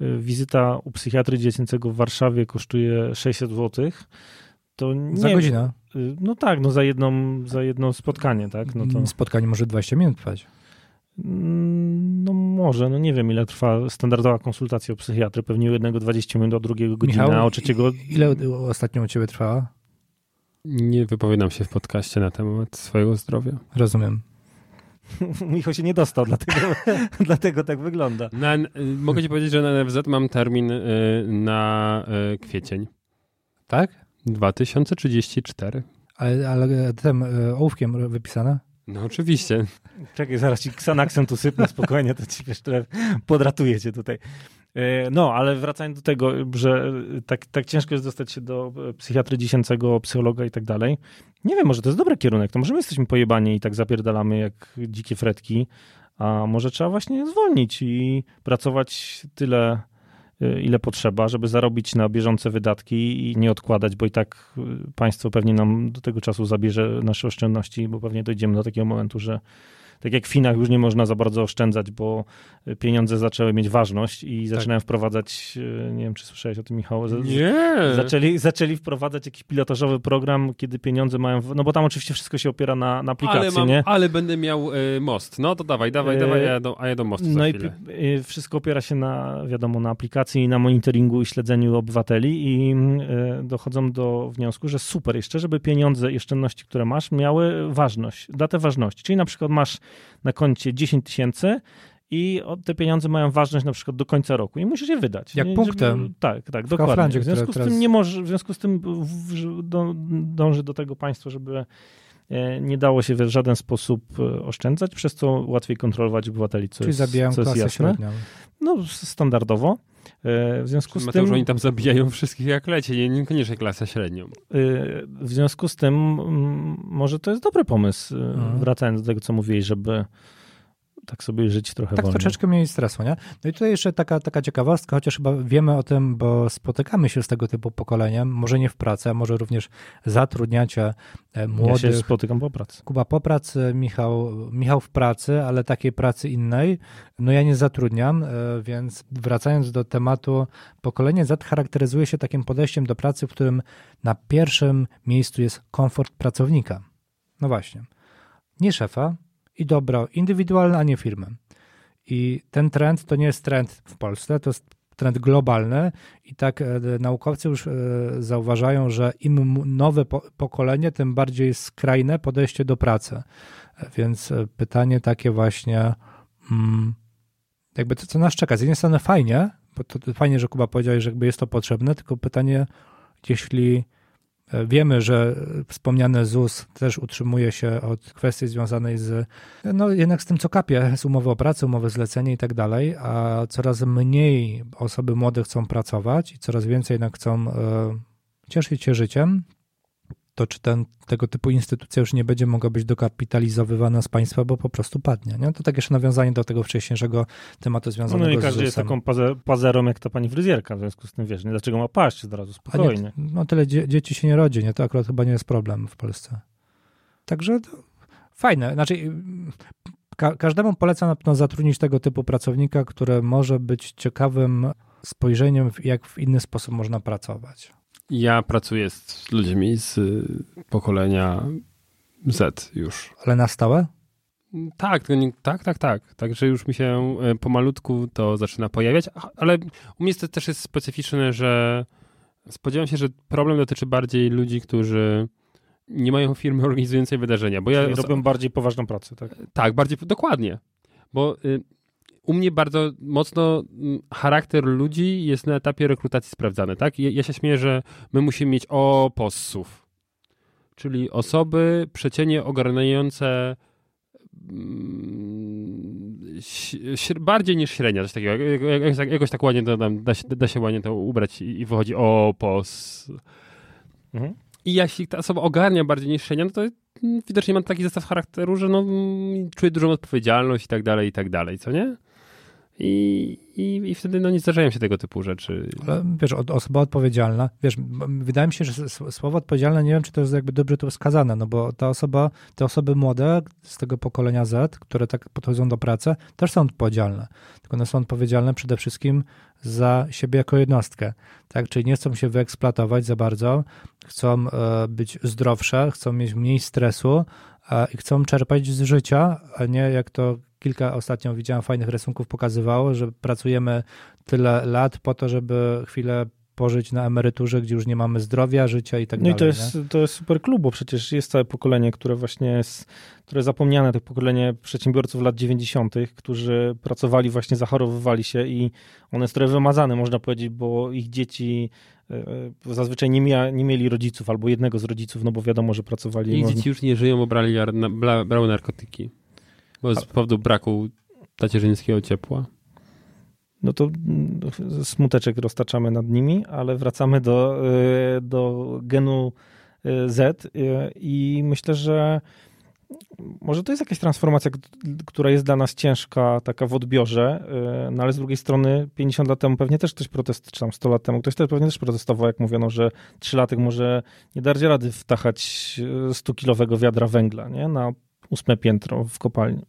Speaker 4: y, wizyta u psychiatry dziecięcego w Warszawie kosztuje 600 zł, to nie...
Speaker 3: Za godzinę.
Speaker 4: y, No tak, no za jedną, za jedno spotkanie, tak? No to...
Speaker 3: Mm, Spotkanie może 20 minut trwać.
Speaker 4: Mm, No może, no nie wiem ile trwa standardowa konsultacja u psychiatry, pewnie u jednego 20 minut, a drugiego godzina,
Speaker 3: Michał,
Speaker 4: a u trzeciego...
Speaker 3: i- Ile o- ostatnio u ciebie trwała?
Speaker 2: Nie wypowiadam się w podcaście na temat swojego zdrowia.
Speaker 3: Rozumiem.
Speaker 4: Michał się nie dostał, dlatego, dlatego tak wygląda.
Speaker 2: Na, y, mogę ci powiedzieć, że na NFZ mam termin y, na y, kwiecień
Speaker 3: Tak?
Speaker 2: 2034.
Speaker 3: Ale, ale tym y, ołówkiem wypisane?
Speaker 2: No oczywiście.
Speaker 4: Czekaj, zaraz ci Xanaxem tu sypnę, spokojnie, to ci jeszcze podratuje cię tutaj. E, No, ale wracając do tego, że tak, tak ciężko jest dostać się do e, psychiatry dziecięcego, psychologa i tak dalej. Nie wiem, może to jest dobry kierunek, to może my jesteśmy pojebani i tak zapierdalamy jak dzikie fretki, a może trzeba właśnie zwolnić i pracować tyle, e, ile potrzeba, żeby zarobić na bieżące wydatki i nie odkładać, bo i tak e, państwo pewnie nam do tego czasu zabierze nasze oszczędności, bo pewnie dojdziemy do takiego momentu, że tak jak w Chinach już nie można za bardzo oszczędzać, bo y, pieniądze zaczęły mieć ważność i zaczynają wprowadzać, e, nie wiem czy słyszałeś o tym Michał, z-
Speaker 2: Nie.
Speaker 4: Zaczęli, zaczęli wprowadzać jakiś pilotażowy program, kiedy pieniądze mają. w- No bo tam oczywiście wszystko się opiera na, na aplikacji,
Speaker 2: ale, mam,
Speaker 4: nie?
Speaker 2: ale będę miał y, most. No to dawaj, dawaj,
Speaker 4: Y,
Speaker 2: dawaj, a ja do, a ja do mostu za
Speaker 4: No i
Speaker 2: chwilę.
Speaker 4: pi- y, wszystko opiera się na, wiadomo, na aplikacji, i na monitoringu i śledzeniu obywateli i y, dochodzą do wniosku, że super jeszcze, żeby pieniądze i oszczędności, które masz, miały ważność, datę ważności. Czyli na przykład masz na koncie 10 tysięcy i o- te pieniądze mają ważność na przykład do końca roku i musisz je wydać.
Speaker 3: Jak
Speaker 4: Nie,
Speaker 3: punktem.
Speaker 4: żeby- Tak, tak, dokładnie.
Speaker 3: Kauflandzie,
Speaker 4: w związku z
Speaker 3: które
Speaker 4: tym
Speaker 3: teraz-
Speaker 4: nie może, w związku z tym w, w, do, dąży do tego państwo, żeby e, nie dało się w żaden sposób e, oszczędzać, przez co łatwiej kontrolować obywateli, co
Speaker 3: Czyli
Speaker 4: jest,
Speaker 3: zabijają
Speaker 4: co jest
Speaker 3: klasę
Speaker 4: jasne.
Speaker 3: średnią.
Speaker 4: No, s- standardowo. E, W związku, z
Speaker 2: Mateusz,
Speaker 4: tym,
Speaker 2: oni tam zabijają wszystkich jak lecie, nie- niekoniecznie klasę średnią.
Speaker 4: e, w związku z tym mm, może to jest dobry pomysł, e,
Speaker 3: Mhm.
Speaker 4: wracając do tego, co mówiłeś, żeby tak sobie żyć trochę
Speaker 3: Tak
Speaker 4: wolniej.
Speaker 3: troszeczkę mniej stresu, nie? No i tutaj jeszcze taka, taka ciekawostka, chociaż chyba wiemy o tym, bo spotykamy się z tego typu pokoleniem, może nie w pracy, a może również zatrudniacie e,
Speaker 4: Ja
Speaker 3: młodych.
Speaker 4: się spotykam po pracy.
Speaker 3: Kuba po pracy, Michał, Michał w pracy, ale takiej pracy innej. No ja nie zatrudniam, e, więc wracając do tematu, pokolenie Z charakteryzuje się takim podejściem do pracy, w którym na pierwszym miejscu jest komfort pracownika. No właśnie. Nie szefa i dobro indywidualne, a nie firmy. I ten trend to nie jest trend w Polsce, to jest trend globalny i tak e, naukowcy już e, zauważają, że im m- nowe po- pokolenie, tym bardziej skrajne podejście do pracy. E, Więc e, pytanie takie właśnie, mm, jakby to co nas czeka? Z jednej strony fajnie, bo to, to fajnie, że Kuba powiedziałeś, że jakby jest to potrzebne, tylko pytanie, jeśli e, wiemy, że e, wspomniany ZUS też utrzymuje się od kwestii związanej z no jednak z tym, co kapie, z umowy o pracę, umowy zlecenie i tak dalej, a coraz mniej osoby młode chcą pracować i coraz więcej jednak chcą e, cieszyć się życiem, to czy ten, tego typu instytucja już nie będzie mogła być dokapitalizowywana z państwa, bo po prostu padnie. Nie? To tak jeszcze nawiązanie do tego wcześniejszego tematu
Speaker 4: No,
Speaker 3: związanego
Speaker 4: no i
Speaker 3: z
Speaker 4: każdy jest
Speaker 3: ZUS-em.
Speaker 4: taką paze- pazerą jak ta pani fryzjerka, w związku z tym wiesz, nie, dlaczego ma paść od
Speaker 3: A
Speaker 4: razu,
Speaker 3: nie,
Speaker 4: spokojnie.
Speaker 3: No tyle dzie- dzieci się nie rodzi, nie? To akurat chyba nie jest problem w Polsce. Także to fajne. Znaczy, mm, ka- każdemu polecam na pewno zatrudnić tego typu pracownika, który może być ciekawym spojrzeniem, w- jak w inny sposób można pracować.
Speaker 2: Ja pracuję z ludźmi z y, pokolenia Z już.
Speaker 3: Ale na stałe?
Speaker 2: Tak, tylko nie- tak, tak, tak. Także już mi się y, pomalutku to zaczyna pojawiać, a- ale u mnie to też jest specyficzne, że spodziewam się, że problem dotyczy bardziej ludzi, którzy nie mają firmy organizującej wydarzenia. Bo ja
Speaker 4: Czyli
Speaker 2: oso-
Speaker 4: robią bardziej poważną pracę, tak?
Speaker 2: Tak, bardziej dokładnie. Bo y, u mnie bardzo mocno mm, charakter ludzi jest na etapie rekrutacji sprawdzany, tak? Ja, ja się śmieję, że my musimy mieć opossów, czyli osoby przecienie ogarniające mm, ś- śr- bardziej niż średnia, coś takiego. Jak- jak- Jakoś tak, jakoś tak ładnie to, tam, da, się, da się ładnie to ubrać i, i wychodzi opos.
Speaker 4: Mhm.
Speaker 2: I jeśli ta osoba ogarnia bardziej niż średnia, no to mm, widocznie mam taki zestaw charakteru, że no, mm, czuję dużą odpowiedzialność i tak dalej, i tak dalej, co nie? I, i, I wtedy no nie zdarzają się tego typu rzeczy.
Speaker 3: Ale wiesz, od, osoba odpowiedzialna, wiesz, m- m- wydaje mi się, że s- słowo odpowiedzialne, nie wiem, czy to jest jakby dobrze tu wskazane, no bo ta osoba, te osoby młode z tego pokolenia Z, które tak podchodzą do pracy, też są odpowiedzialne. Tylko one są odpowiedzialne przede wszystkim za siebie jako jednostkę, tak? Czyli nie chcą się wyeksploatować za bardzo, chcą e, być zdrowsze, chcą mieć mniej stresu e, i chcą czerpać z życia, a nie jak to kilka ostatnio widziałem fajnych rysunków pokazywało, że pracujemy tyle lat po to, żeby chwilę pożyć na emeryturze, gdzie już nie mamy zdrowia, życia i tak
Speaker 4: no
Speaker 3: dalej.
Speaker 4: i to
Speaker 3: nie?
Speaker 4: jest, to jest super klub, bo przecież jest całe pokolenie, które właśnie jest, które zapomniane, to pokolenie przedsiębiorców lat 90., którzy pracowali, właśnie zachorowywali się i one jest trochę wymazane, można powiedzieć, bo ich dzieci e, zazwyczaj nie, mia, nie mieli rodziców albo jednego z rodziców, no bo wiadomo, że pracowali.
Speaker 2: I
Speaker 4: no,
Speaker 2: dzieci już nie żyją, bo brali, jar- na- bla- brały narkotyki. Bo z powodu braku tacierzyńskiego ciepła.
Speaker 4: No to mm, smuteczek roztaczamy nad nimi, ale wracamy do, y, do genu y, Z y, i myślę, że może to jest jakaś transformacja, k- która jest dla nas ciężka, taka w odbiorze, y, no ale z drugiej strony 50 lat temu pewnie też ktoś protestował, czy tam 100 lat temu ktoś też pewnie też protestował, jak mówiono, że trzylatek może nie dać rady wtachać y, 100-kilowego wiadra węgla nie? na ósme piętro w kopalni.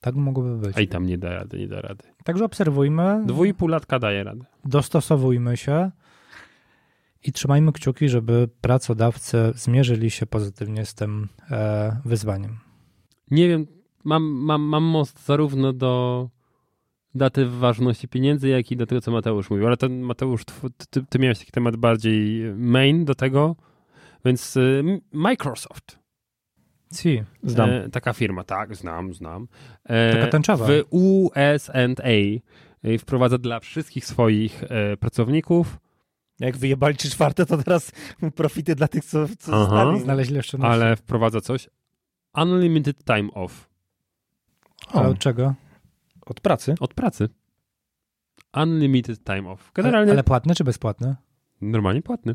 Speaker 3: Tak mogłoby być.
Speaker 2: A i tam nie da rady, nie da rady.
Speaker 3: Także obserwujmy,
Speaker 2: Dwójpółlatka daje radę.
Speaker 3: dostosowujmy się i trzymajmy kciuki, żeby pracodawcy zmierzyli się pozytywnie z tym e, wyzwaniem.
Speaker 2: Nie wiem, mam, mam, mam most zarówno do daty ważności pieniędzy, jak i do tego, co Mateusz mówił. Ale ten Mateusz, tw- ty, ty miałeś taki temat bardziej main do tego, więc y, Microsoft,
Speaker 3: Si,
Speaker 4: Znam.
Speaker 2: e, taka firma, tak, znam, znam. E,
Speaker 3: Taka tęczowa.
Speaker 2: W USA e, wprowadza dla wszystkich swoich e, pracowników
Speaker 4: Jak wyjebali trzy czwarte, to teraz profity dla tych, co, co
Speaker 2: Aha.
Speaker 4: zostali. no.
Speaker 3: znaleźli jeszcze na
Speaker 2: ale wprowadza coś. Unlimited time off
Speaker 3: Ale od czego?
Speaker 4: Od pracy.
Speaker 2: od pracy. Unlimited time off. Generalnie
Speaker 3: Ale, ale płatne czy bezpłatne?
Speaker 2: normalnie płatny.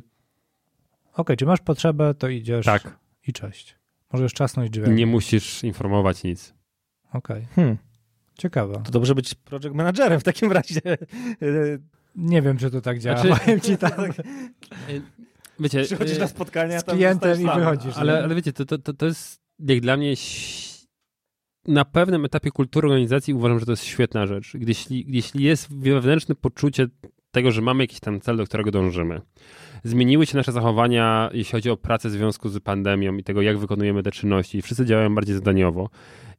Speaker 3: Okej, czy masz potrzebę, to idziesz
Speaker 2: Tak.
Speaker 3: i cześć. Możesz czasnąć drzwiami.
Speaker 2: Nie musisz informować nic.
Speaker 3: Okej,
Speaker 4: Hmm.
Speaker 3: ciekawe.
Speaker 4: To dobrze być project managerem w takim razie.
Speaker 3: Nie wiem, czy to tak działa.
Speaker 2: Znaczy-
Speaker 3: Powiem ci tak.
Speaker 2: Wiecie,
Speaker 4: Przychodzisz
Speaker 2: y,
Speaker 4: na spotkania
Speaker 3: z klientem i wychodzisz.
Speaker 2: ale, ale wiecie, to, to, to, to jest jak dla mnie ś- na pewnym etapie kultury organizacji uważam, że to jest świetna rzecz. Gdy, jeśli, jeśli jest wewnętrzne poczucie tego, że mamy jakiś tam cel, do którego dążymy. Zmieniły się nasze zachowania, jeśli chodzi o pracę w związku z pandemią i tego, jak wykonujemy te czynności. Wszyscy działają bardziej zadaniowo.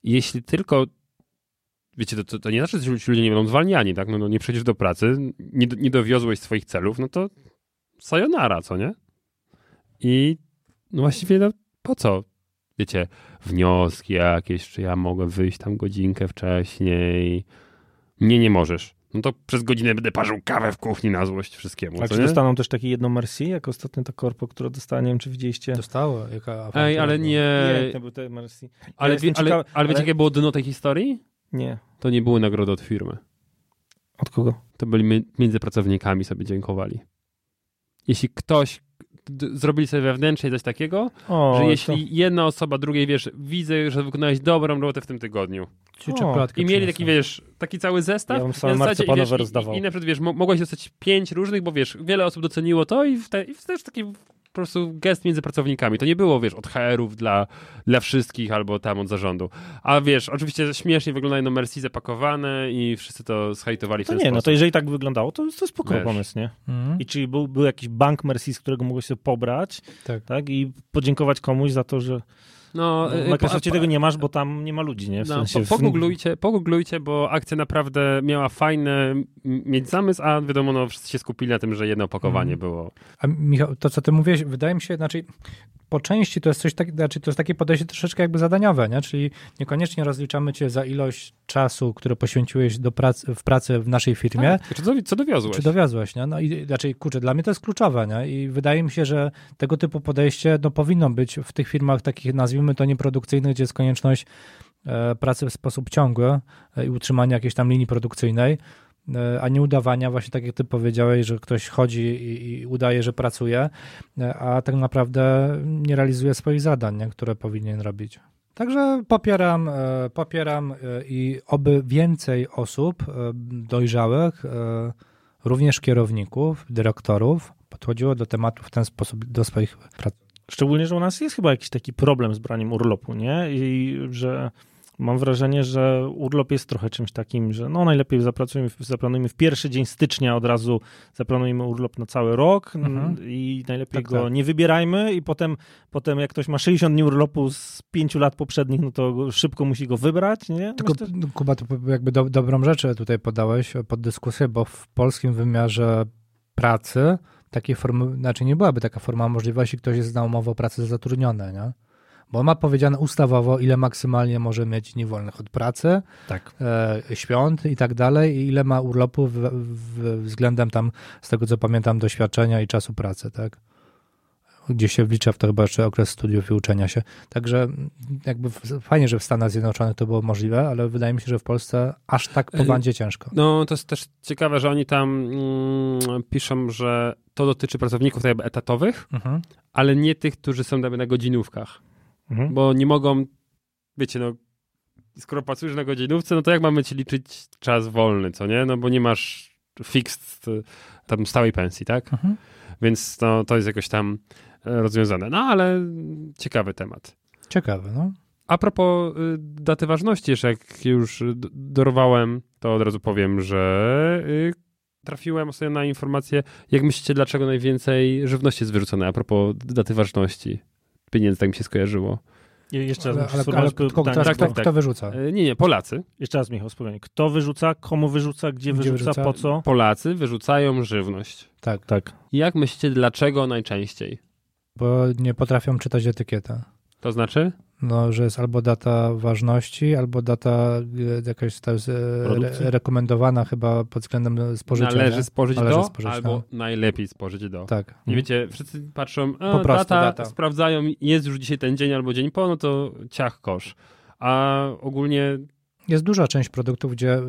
Speaker 2: I Jeśli tylko wiecie, to, to, to nie znaczy, że ci ludzie nie będą zwalniani, tak? No, no nie przejdziesz do pracy, nie, nie dowiozłeś swoich celów, no to sayonara, co nie? I no właściwie no, po co? Wiecie, wnioski jakieś, czy ja mogę wyjść tam godzinkę wcześniej? Nie, nie możesz. No to przez godzinę będę parzył kawę w kuchni na złość wszystkiemu,
Speaker 4: A
Speaker 2: co
Speaker 4: czy
Speaker 2: nie?
Speaker 4: Tak, dostaną też takie jedno Merci, jak ostatnio ta korpo, która dostała, nie wiem czy widzieliście.
Speaker 3: Dostało, jaka awantura no.
Speaker 2: Ej, ale
Speaker 3: była.
Speaker 2: nie,
Speaker 4: Piękne były te Merci.
Speaker 2: ale,
Speaker 4: jestem
Speaker 2: wie- ale, ale,
Speaker 4: ciekawy-
Speaker 2: wiecie,
Speaker 4: ale-
Speaker 2: jakie było dno tej historii?
Speaker 4: Nie.
Speaker 2: To nie były nagrody od firmy.
Speaker 4: Od kogo?
Speaker 2: To byli mi- między pracownikami sobie dziękowali. Jeśli ktoś d- zrobili sobie wewnętrznie coś takiego,
Speaker 4: O,
Speaker 2: że
Speaker 4: to-
Speaker 2: jeśli jedna osoba drugiej, wiesz, widzę, że wykonałeś dobrą robotę w tym tygodniu.
Speaker 3: Ci
Speaker 4: O,
Speaker 3: czekoladkę
Speaker 2: I mieli taki,
Speaker 3: przyniosą.
Speaker 2: wiesz, taki cały zestaw.
Speaker 4: Ja bym
Speaker 2: na
Speaker 4: same
Speaker 2: zasadzie, i,
Speaker 4: marcepanowe
Speaker 2: wiesz,
Speaker 4: rozdawał.
Speaker 2: I, i, I na przykład, wiesz, mo- mogłeś dostać pięć różnych, bo wiesz, wiele osób doceniło to i, w te, i w też taki po prostu gest między pracownikami. To nie było, wiesz, od HR-ów dla, dla wszystkich albo tam od zarządu. A wiesz, oczywiście śmiesznie wyglądają no Merci zapakowane i wszyscy to zhejtowali w
Speaker 4: To
Speaker 2: ten
Speaker 4: nie, no
Speaker 2: sposób.
Speaker 4: to jeżeli tak wyglądało, to, to spokojny
Speaker 2: Wiesz.
Speaker 4: pomysł, nie?
Speaker 3: Mhm.
Speaker 4: I czyli był, był jakiś bank Merci, z którego mogłeś sobie pobrać,
Speaker 3: Tak.
Speaker 4: tak? I podziękować komuś za to, że
Speaker 2: No,
Speaker 4: w
Speaker 2: y,
Speaker 4: Microsoftie
Speaker 2: po-
Speaker 4: tego nie masz, bo tam nie ma ludzi, nie? W
Speaker 2: No,
Speaker 4: sensie... w-
Speaker 2: po, pogooglujcie, pogooglujcie, bo akcja naprawdę miała fajny m- mieć zamysł, a wiadomo, no wszyscy się skupili na tym, że jedno opakowanie
Speaker 3: Mhm.
Speaker 2: było.
Speaker 3: A Michał, to co ty mówiłeś, wydaje mi się, znaczy po części to jest coś tak, znaczy to jest takie podejście troszeczkę jakby zadaniowe, nie? czyli niekoniecznie rozliczamy cię za ilość czasu, który poświęciłeś do pracy, w pracy w naszej firmie,
Speaker 2: Czy co, co dowiozłeś?
Speaker 3: czy dowiozłeś, nie? No i raczej, kurczę, dla mnie to jest kluczowe, nie? I wydaje mi się, że tego typu podejście, no, powinno być w tych firmach takich, nazwijmy to nieprodukcyjnych, gdzie jest konieczność e, pracy w sposób ciągły e, i utrzymania jakiejś tam linii produkcyjnej, e, a nie udawania właśnie tak, jak ty powiedziałeś, że ktoś chodzi i, i udaje, że pracuje, e, a tak naprawdę nie realizuje swoich zadań, nie? które powinien robić. Także popieram, e, popieram e, i oby więcej osób e, dojrzałych e, również kierowników, dyrektorów podchodziło do tematu w ten sposób do swoich prac.
Speaker 4: Szczególnie, że u nas jest chyba jakiś taki problem z braniem urlopu, nie? I że mam wrażenie, że urlop jest trochę czymś takim, że no najlepiej zapracujemy, zaplanujmy w pierwszy dzień stycznia od razu, zaplanujmy urlop na cały rok n-
Speaker 3: Mhm.
Speaker 4: i najlepiej
Speaker 3: Tak,
Speaker 4: go
Speaker 3: tak.
Speaker 4: nie wybierajmy i potem, potem jak ktoś ma 60 dni urlopu z 5 lat poprzednich, no to go- szybko musi go wybrać, nie?
Speaker 3: Tylko
Speaker 4: Myślę,
Speaker 3: Kuba, to jakby do, dobrą rzecz tutaj podałeś pod dyskusję, bo w polskim wymiarze pracy takiej formy, znaczy nie byłaby taka forma możliwa, jeśli ktoś jest na umowę o pracę zatrudniony, nie? Bo ma powiedziane ustawowo, ile maksymalnie może mieć dni wolnych od pracy,
Speaker 4: tak.
Speaker 3: e, świąt i tak dalej, i ile ma urlopu w, w, względem tam, z tego co pamiętam, doświadczenia i czasu pracy, tak? Gdzie się wlicza w to chyba jeszcze okres studiów i uczenia się. Także mm, jakby w, fajnie, że w Stanach Zjednoczonych to było możliwe, ale wydaje mi się, że w Polsce aż tak po
Speaker 2: Y,
Speaker 3: bandzie ciężko.
Speaker 2: No, to jest też ciekawe, że oni tam mm, piszą, że to dotyczy pracowników tak jakby etatowych,
Speaker 3: Mhm.
Speaker 2: ale nie tych, którzy są jakby na godzinówkach,
Speaker 4: Mhm.
Speaker 2: bo nie mogą, wiecie, no, skoro pracujesz na godzinówce, no to jak mamy ci liczyć czas wolny, co nie? No bo nie masz fixed y, tam stałej pensji, tak?
Speaker 3: Mhm.
Speaker 2: Więc no, to jest jakoś tam e, rozwiązane. No ale ciekawy temat.
Speaker 3: Ciekawe, no.
Speaker 2: A propos y, daty ważności, jeszcze jak już y, d- dorwałem, to od razu powiem, że y, trafiłem ostatnio na informację, jak myślicie, dlaczego najwięcej żywności jest wyrzucone a propos daty ważności pieniędzy, tak mi się skojarzyło.
Speaker 4: Je- Jeszcze raz
Speaker 3: Ale, ale,
Speaker 4: spróbować
Speaker 3: ale
Speaker 4: pytanie,
Speaker 3: kogo, teraz,
Speaker 2: tak,
Speaker 3: kto,
Speaker 2: tak, tak.
Speaker 3: kto wyrzuca?
Speaker 2: Y, Nie, nie, Polacy.
Speaker 4: Jeszcze raz Michał, spokojnie. Kto wyrzuca, komu wyrzuca, gdzie,
Speaker 3: Gdzie
Speaker 4: wyrzuca,
Speaker 3: wyrzuca?
Speaker 4: po co?
Speaker 2: Polacy wyrzucają żywność.
Speaker 3: Tak,
Speaker 4: Tak.
Speaker 2: Jak myślicie, dlaczego najczęściej?
Speaker 3: bo nie potrafią czytać etykietę.
Speaker 2: To znaczy?
Speaker 3: No, że jest albo data ważności, albo data e, jakaś to jest, e,
Speaker 4: Produkcji?
Speaker 3: re, rekomendowana chyba pod względem spożycia.
Speaker 2: należy
Speaker 3: nie?
Speaker 2: spożyć
Speaker 3: Należy
Speaker 2: do,
Speaker 3: spożyć,
Speaker 2: albo
Speaker 3: no.
Speaker 2: najlepiej spożyć do.
Speaker 3: Tak.
Speaker 2: I wiecie, wszyscy patrzą, a,
Speaker 3: Po prostu
Speaker 2: data,
Speaker 3: data.
Speaker 2: sprawdzają, jest już dzisiaj ten dzień albo dzień po, no to ciach kosz. A ogólnie,
Speaker 3: Jest duża część produktów, gdzie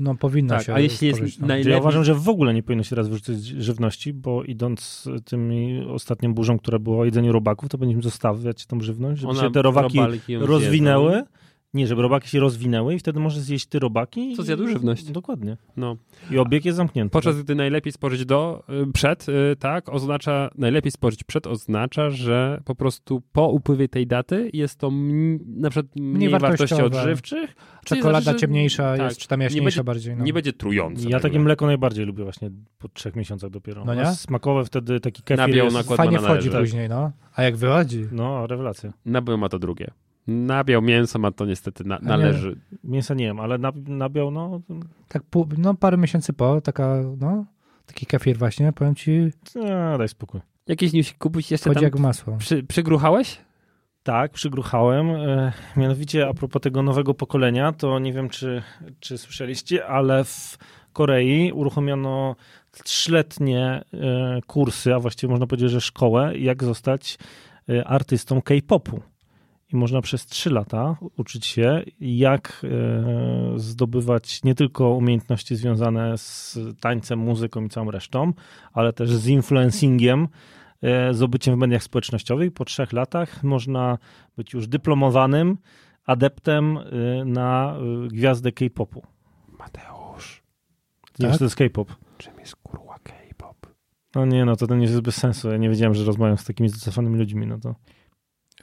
Speaker 3: no, powinno
Speaker 2: tak,
Speaker 3: się
Speaker 2: a jeśli jest
Speaker 3: spożyć, no.
Speaker 4: Czyli Ja
Speaker 2: najlepiej,
Speaker 4: uważam, że w ogóle nie powinno się teraz wyrzucać żywności, bo idąc tymi ostatnią burzą, która była o jedzeniu robaków, to będziemy zostawiać tą żywność, żeby się te robaki
Speaker 2: robalki ją
Speaker 4: rozwinęły.
Speaker 2: zjedzą.
Speaker 4: Nie, żeby robaki się rozwinęły i wtedy możesz zjeść ty robaki.
Speaker 2: Co
Speaker 4: i-
Speaker 2: zjadł żywność.
Speaker 4: Dokładnie.
Speaker 2: No.
Speaker 4: I obieg jest zamknięty.
Speaker 2: Podczas gdy najlepiej spożyć do, y, przed, y, tak, oznacza, najlepiej spożyć przed oznacza, że po prostu po upływie tej daty jest to m, na przykład mniej, wartości
Speaker 3: wartościowe.
Speaker 2: odżywczych. czyli
Speaker 3: Czekolada
Speaker 2: znaczy, że
Speaker 3: ciemniejsza
Speaker 2: tak,
Speaker 3: jest, czy tam jaśniejsza
Speaker 2: będzie-
Speaker 3: bardziej. No.
Speaker 2: Nie będzie trujące.
Speaker 4: Ja
Speaker 2: tak
Speaker 4: takie
Speaker 2: naprawdę.
Speaker 4: mleko najbardziej lubię właśnie po trzech miesiącach dopiero.
Speaker 3: No
Speaker 4: A
Speaker 3: nie?
Speaker 4: Smakowe wtedy taki kefir
Speaker 2: Nabiał
Speaker 4: jest...
Speaker 2: nakład-
Speaker 3: Fajnie
Speaker 2: Kładła na
Speaker 3: wchodzi
Speaker 2: należy.
Speaker 3: później, no. A jak wychodzi?
Speaker 4: No, rewelacja.
Speaker 2: Nabyłem, a to drugie. Nabiał mięso, ma to niestety na,
Speaker 3: nie.
Speaker 2: należy.
Speaker 4: Mięsa nie wiem, ale na- nabiał, no,
Speaker 3: Tak pół, no parę miesięcy po, taka, no, taki kefir właśnie, powiem ci,
Speaker 4: e, daj spokój.
Speaker 2: Jakiś newsik kupić jeszcze
Speaker 3: chodzi
Speaker 2: tam?
Speaker 3: jak w masło.
Speaker 2: Przy, przygruchałeś?
Speaker 4: Tak, przygruchałem. E, Mianowicie a propos tego nowego pokolenia, to nie wiem, czy, czy słyszeliście, ale w Korei uruchomiono trzyletnie e, kursy, a właściwie można powiedzieć, że szkołę, jak zostać e, artystą K-popu. I można przez trzy lata uczyć się, jak e, zdobywać nie tylko umiejętności związane z tańcem, muzyką i całą resztą, ale też z influencingiem, e, z obyciem w mediach społecznościowych. Po trzech latach można być już dyplomowanym adeptem y, na y, gwiazdę K-popu.
Speaker 2: Mateusz,
Speaker 4: Ty Nie wiesz,
Speaker 3: Tak?
Speaker 4: co to jest K-pop.
Speaker 2: czym jest kurwa K-pop?
Speaker 4: No nie, no to, to nie jest bez sensu. Ja nie wiedziałem, że rozmawiam z takimi zacofanymi ludźmi, no to...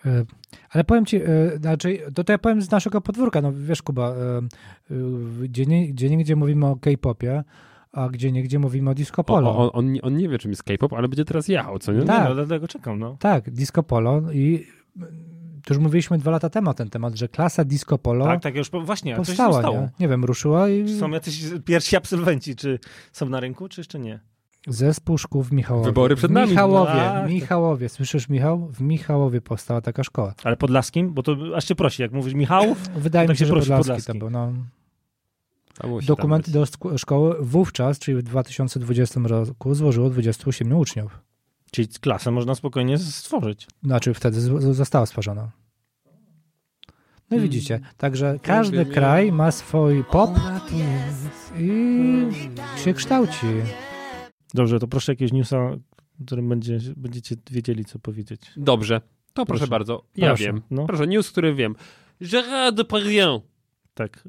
Speaker 3: E, Ale powiem ci, e, znaczy, to, to ja powiem z naszego podwórka, no wiesz Kuba, e, e, gdzie, nie, gdzie niegdzie mówimy o K-popie, a gdzie niegdzie mówimy o disco
Speaker 2: O,
Speaker 3: polo.
Speaker 2: o, on, on, nie- on nie wie, czym jest K-pop, ale będzie teraz jechał, co nie?
Speaker 4: No
Speaker 3: Tak.
Speaker 4: Nie, no, dlatego czekam, no.
Speaker 3: Tak, disco polo i mm, to już mówiliśmy dwa lata temu o ten temat, że klasa disco polo
Speaker 4: tak, tak, już po, właśnie, a coś się
Speaker 3: No. powstała,
Speaker 4: stało.
Speaker 3: nie? Mm. nie wiem, ruszyła i
Speaker 4: Czy są jacyś pierwsi absolwenci, czy są na rynku, czy jeszcze nie?
Speaker 3: zespół szkół w Michałowie.
Speaker 2: Wybory przed
Speaker 3: w
Speaker 2: nami.
Speaker 3: Michałowie,
Speaker 4: Tak.
Speaker 3: w Michałowie, słyszysz Michał? W Michałowie powstała taka szkoła.
Speaker 4: Ale podlaskim? Bo to aż cię prosi, jak mówisz Michał,
Speaker 3: Wydaje
Speaker 4: Tak
Speaker 3: mi się,
Speaker 4: się
Speaker 3: że
Speaker 4: prosi,
Speaker 3: Podlaski,
Speaker 4: Podlaski.
Speaker 3: to był, no.
Speaker 2: To musi tam
Speaker 3: Dokumenty
Speaker 2: być.
Speaker 3: do szko- szkoły wówczas, czyli w 2020 roku, złożyło 28 uczniów.
Speaker 4: czyli klasę można spokojnie stworzyć.
Speaker 3: Znaczy wtedy z- z- została stworzona. No i widzicie, także każdy
Speaker 2: Lubię
Speaker 3: kraj ma swój pop i się kształci.
Speaker 4: Dobrze, to proszę jakiegoś newsa, w którym będzie, będziecie wiedzieli, co powiedzieć.
Speaker 2: Dobrze, to proszę,
Speaker 4: Proszę.
Speaker 2: bardzo. Ja
Speaker 4: Proszę,
Speaker 2: wiem.
Speaker 4: no.
Speaker 2: Proszę, news, który wiem. Gérard Depardieu.
Speaker 4: Tak,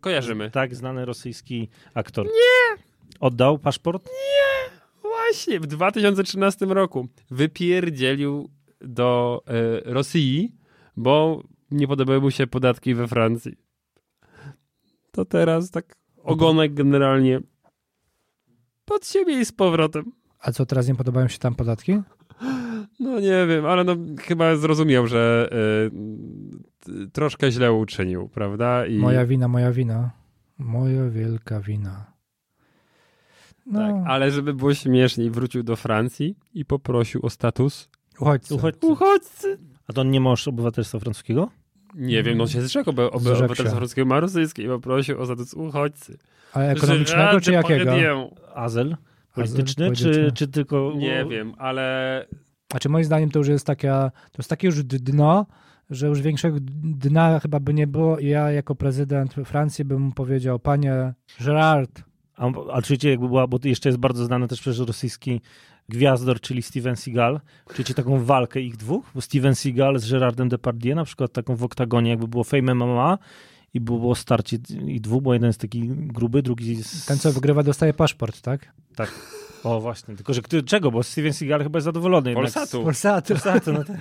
Speaker 2: Kojarzymy.
Speaker 4: Tak, znany rosyjski aktor. Nie! Oddał paszport?
Speaker 2: Właśnie, w 2013 roku wypierdzielił do e, Rosji, bo nie podobały mu się podatki we Francji. To teraz tak ogonek generalnie pod siebie i z powrotem.
Speaker 3: A co, teraz nie podobają się tam podatki?
Speaker 2: No nie wiem, ale no, chyba zrozumiał, że e, t- troszkę źle uczynił, prawda? I, tak,
Speaker 3: Moja wina, moja wina. Moja wielka wina. No,
Speaker 2: tak, ale żeby było śmieszniej, wrócił do Francji i poprosił o status
Speaker 3: uchodźcy.
Speaker 4: Uchodźcy.
Speaker 2: uchodźcy.
Speaker 4: A to on nie masz obywatelstwa francuskiego?
Speaker 2: Nie wiem, no się zrzekł, bo oby-
Speaker 3: Zrzekł się.
Speaker 2: obywatelstwa francuskiego ma rosyjskie i poprosił o status uchodźcy.
Speaker 3: Ale ekonomicznego czy
Speaker 2: Gerard
Speaker 3: jakiego?
Speaker 2: Depardieu.
Speaker 4: Azyl? Polityczny?
Speaker 3: polityczny.
Speaker 4: Czy, czy tylko...
Speaker 2: Nie wiem, ale
Speaker 3: Znaczy moim zdaniem to już jest taka, to jest takie już d- dno, że już większego d- dna chyba by nie było. I Ja jako prezydent Francji bym mu powiedział, panie Gerard,
Speaker 4: A, a czujecie, jakby była, bo tu jeszcze jest bardzo znany też przecież rosyjski gwiazdor, czyli Steven Seagal. Czujecie taką walkę ich dwóch? Bo Steven Seagal z Gerardem Depardieu, na przykład taką w oktagonie, jakby było Fame MMA i było, było starcie i dwóch, bo jeden jest taki gruby, drugi jest...
Speaker 3: ten co wygrywa dostaje paszport, tak?
Speaker 4: O właśnie, tylko że kto, czego? Bo Steven Seagal chyba jest zadowolony jednak z-
Speaker 2: Polsatu.
Speaker 3: Polsat.
Speaker 4: Polsat, no tak.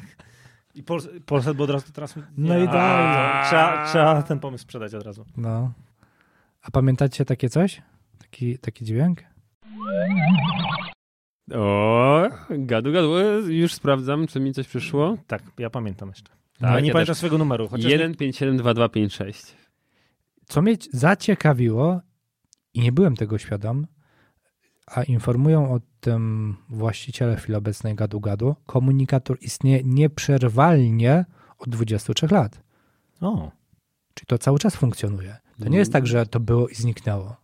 Speaker 4: I Pols Polsat był od razu transmitowany.
Speaker 3: No i dalej.
Speaker 4: Trzeba, trzeba ten pomysł sprzedać od razu.
Speaker 3: No. A pamiętacie takie coś? Taki, taki dźwięk?
Speaker 2: O, gadu, gadu, już sprawdzam, czy mi coś przyszło.
Speaker 4: Tak, ja pamiętam jeszcze.
Speaker 2: Tak,
Speaker 4: Ale nie
Speaker 2: ja
Speaker 4: pamiętam
Speaker 2: też.
Speaker 4: swojego numeru. Chociaż
Speaker 2: 1572256.
Speaker 3: Co mnie zaciekawiło i nie byłem tego świadom, a informują o tym właściciele w chwili obecnej Gadu Gadu, komunikator istnieje nieprzerwalnie od 23 lat.
Speaker 4: O,
Speaker 3: Czyli to cały czas funkcjonuje. To nie jest tak, że to było i zniknęło.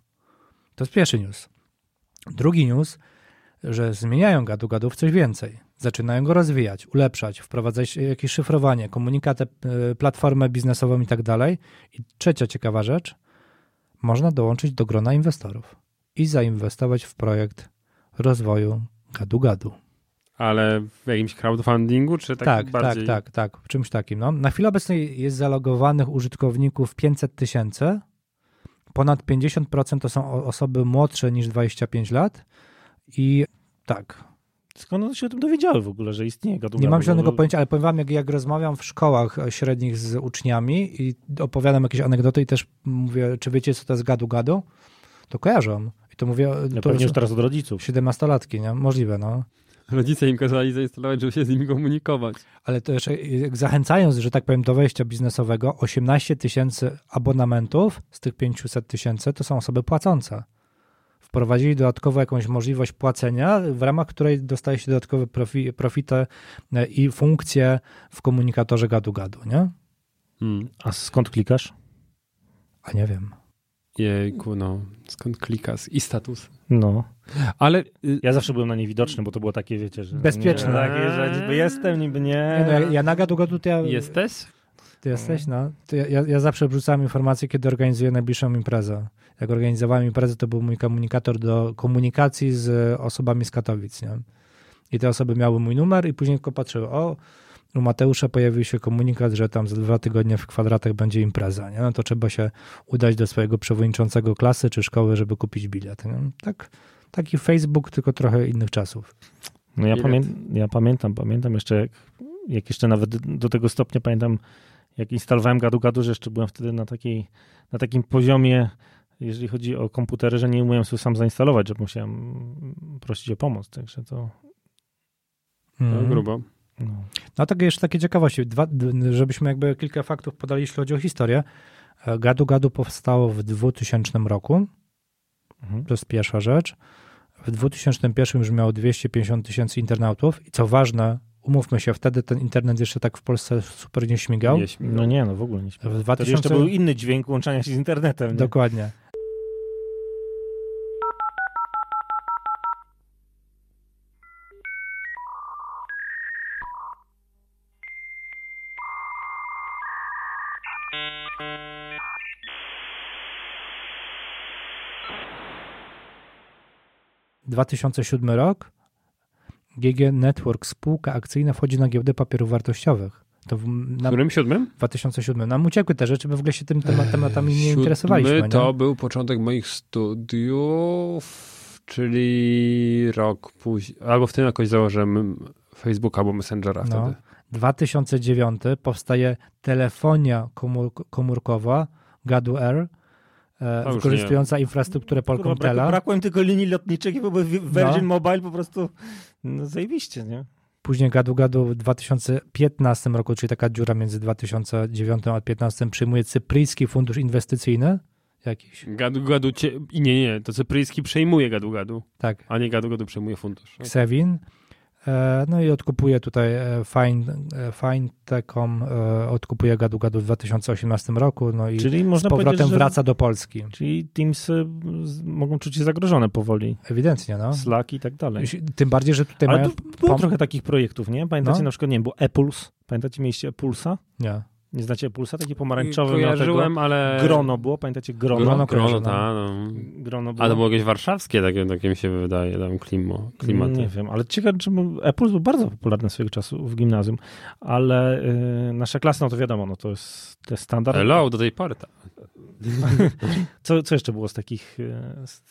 Speaker 3: To jest pierwszy news. Drugi news, że zmieniają gadu gadów coś więcej. Zaczynają go rozwijać, ulepszać, wprowadzać jakieś szyfrowanie, komunikaty, y, platformę biznesową i tak dalej. I trzecia ciekawa rzecz, można dołączyć do grona inwestorów i zainwestować w projekt rozwoju gadu gadu.
Speaker 2: Ale w jakimś crowdfundingu, czy tak,
Speaker 3: Tak, tak,
Speaker 2: bardziej?
Speaker 3: tak, tak, w czymś takim. No. Na chwilę obecną jest zalogowanych użytkowników 500 tysięcy. Ponad 50% to są o- osoby młodsze niż 25 lat. I tak,
Speaker 4: skąd one się o tym dowiedziały w ogóle, że istnieje No, gatunku?
Speaker 3: nie mam zielonego pojęcia, ale powiem wam, jak, jak rozmawiam w szkołach e, średnich z uczniami i opowiadam jakieś anegdoty i też mówię, czy wiecie, co to jest gadu-gadu? To kojarzą. I to mówię, e,
Speaker 4: No,
Speaker 3: to
Speaker 4: pewnie już teraz od rodziców.
Speaker 3: 17-latki, nie? Możliwe, no.
Speaker 2: Rodzice im kazali zainstalować, żeby się z nimi komunikować.
Speaker 3: Ale to jeszcze y, zachęcając, że tak powiem, do wejścia biznesowego, 18 tysięcy abonamentów z tych 500 tysięcy to są osoby płacące. Wprowadzili dodatkowo jakąś możliwość płacenia, w ramach której dostaje się dodatkowe profi, profity y, i funkcje w komunikatorze gadu-gadu, nie?
Speaker 2: Mm.
Speaker 4: A skąd klikasz?
Speaker 3: A nie wiem.
Speaker 2: Jejku, no. Skąd klikas? I status.
Speaker 4: No.
Speaker 2: Ale y,
Speaker 4: Ja zawsze byłem na niewidoczny, bo to było takie, wiecie, że...
Speaker 3: Bezpieczne.
Speaker 4: Nie, takie, że niby jestem, niby
Speaker 3: nie no, ja,
Speaker 4: nie.
Speaker 3: ja na gadu-gadu to ja,
Speaker 2: jesteś?
Speaker 3: Ty jesteś, no. To ja, ja, ja zawsze wrzucałem informacje, kiedy organizuję najbliższą imprezę. Jak organizowałem imprezę, to był mój komunikator do komunikacji z e, osobami z Katowic, nie? I te osoby miały mój numer i później tylko patrzyły, o, u Mateusza pojawił się komunikat, że tam za dwa tygodnie w kwadratach będzie impreza, nie? No to trzeba się udać do swojego przewodniczącego klasy czy szkoły, żeby kupić bilet, nie? Tak, taki Facebook, tylko trochę innych czasów.
Speaker 4: No ja,
Speaker 2: Bilet.
Speaker 4: pamię, ja pamiętam, pamiętam jeszcze, jak, jak jeszcze nawet do tego stopnia pamiętam, jak instalowałem gadu-gadu, że jeszcze byłem wtedy na, takiej, na takim poziomie, jeżeli chodzi o komputery, że nie umiałem sobie sam zainstalować, że musiałem mm, prosić o pomoc, także to...
Speaker 2: No,
Speaker 3: Mhm.
Speaker 2: grubo.
Speaker 4: No.
Speaker 3: No tak jeszcze takie ciekawości, Dwa, d- żebyśmy jakby kilka faktów podali, jeśli chodzi o historię. E, Gadu Gadu powstało w 2000 roku,
Speaker 4: Mhm.
Speaker 3: to jest pierwsza rzecz. W 2001 już miało 250 tysięcy internautów i co ważne, umówmy się, wtedy ten internet jeszcze tak w Polsce super nie śmigał.
Speaker 2: Jeś mi.
Speaker 4: no nie, no w ogóle nie śmiałem.
Speaker 3: W
Speaker 4: Wtedy jeszcze
Speaker 3: 2000...
Speaker 4: był inny dźwięk łączenia się z internetem. Nie?
Speaker 3: Dokładnie. ...2007 rok... ...GG Network, spółka akcyjna... ...wchodzi na giełdę papierów wartościowych. To w,
Speaker 2: W
Speaker 3: na,
Speaker 2: którym siódmym?
Speaker 3: 2007. Nam uciekły te rzeczy, bo w ogóle się tym tema- tematami nie interesowaliśmy.
Speaker 2: Siódmy
Speaker 3: Nie? No.
Speaker 2: to był początek moich studiów, czyli rok później. Albo w tym jakoś założyłem Facebooka albo Messengera
Speaker 3: No.
Speaker 2: wtedy.
Speaker 3: 2009 powstaje telefonia komór- komórkowa Gadu Air,
Speaker 2: To
Speaker 3: e,
Speaker 2: już
Speaker 3: wykorzystująca infrastrukturę
Speaker 4: Kurwa, braku,
Speaker 3: Polkomtela.
Speaker 4: brakłem tylko linii lotniczych i byłby Wi- Virgin
Speaker 3: No.
Speaker 4: Mobile po prostu no, zajebiście, nie?
Speaker 3: Później Gadu Gadu w 2015 roku, czyli taka dziura między 2009 a 2015 przyjmuje Cypryjski Fundusz Inwestycyjny jakiś.
Speaker 2: Gadu, gadu, cie... i nie, nie, to Cypryjski przejmuje gadu, gadu,
Speaker 3: Tak.
Speaker 2: a nie gadu, gadu przejmuje fundusz.
Speaker 3: Xevin. E, No i odkupuje tutaj e, Fine- e, Fine.com, e, odkupuje Gadu Gadu w 2018 roku, no i
Speaker 4: Czyli
Speaker 3: z
Speaker 4: można
Speaker 3: powrotem
Speaker 4: powiedzieć, że...
Speaker 3: wraca do Polski.
Speaker 4: Czyli Teamsy z- mogą czuć się zagrożone powoli.
Speaker 3: Ewidentnie, no.
Speaker 4: Slack i tak dalej.
Speaker 3: Tym bardziej, że tutaj
Speaker 4: Ale
Speaker 3: mają...
Speaker 4: tu było
Speaker 3: pom-
Speaker 4: trochę takich projektów, nie? Pamiętacie
Speaker 3: No.
Speaker 4: na przykład, nie wiem, był Epuls. Pamiętacie, mieliście Epulsa?
Speaker 3: Nie.
Speaker 4: Nie znacie Epulsa? Taki pomarańczowy. miał
Speaker 2: Kojarzyłem, e, ale...
Speaker 4: tego- Grono było, pamiętacie? Grono.
Speaker 3: Grono
Speaker 2: Grono,
Speaker 3: kojarzę,
Speaker 2: grono,
Speaker 3: no.
Speaker 2: ta, no.
Speaker 4: Grono było.
Speaker 2: A to było jakieś warszawskie, takie, takie mi się wydaje, tam klimo, klimaty.
Speaker 4: Nie wiem, ale ciekawe, czy Epuls był bardzo popularny swojego czasu w gimnazjum, ale y, nasza klasa, no to wiadomo, no to jest, to jest standard.
Speaker 2: Hello, do tej pory. Tak.
Speaker 4: Co, co jeszcze było z takich... y, Z,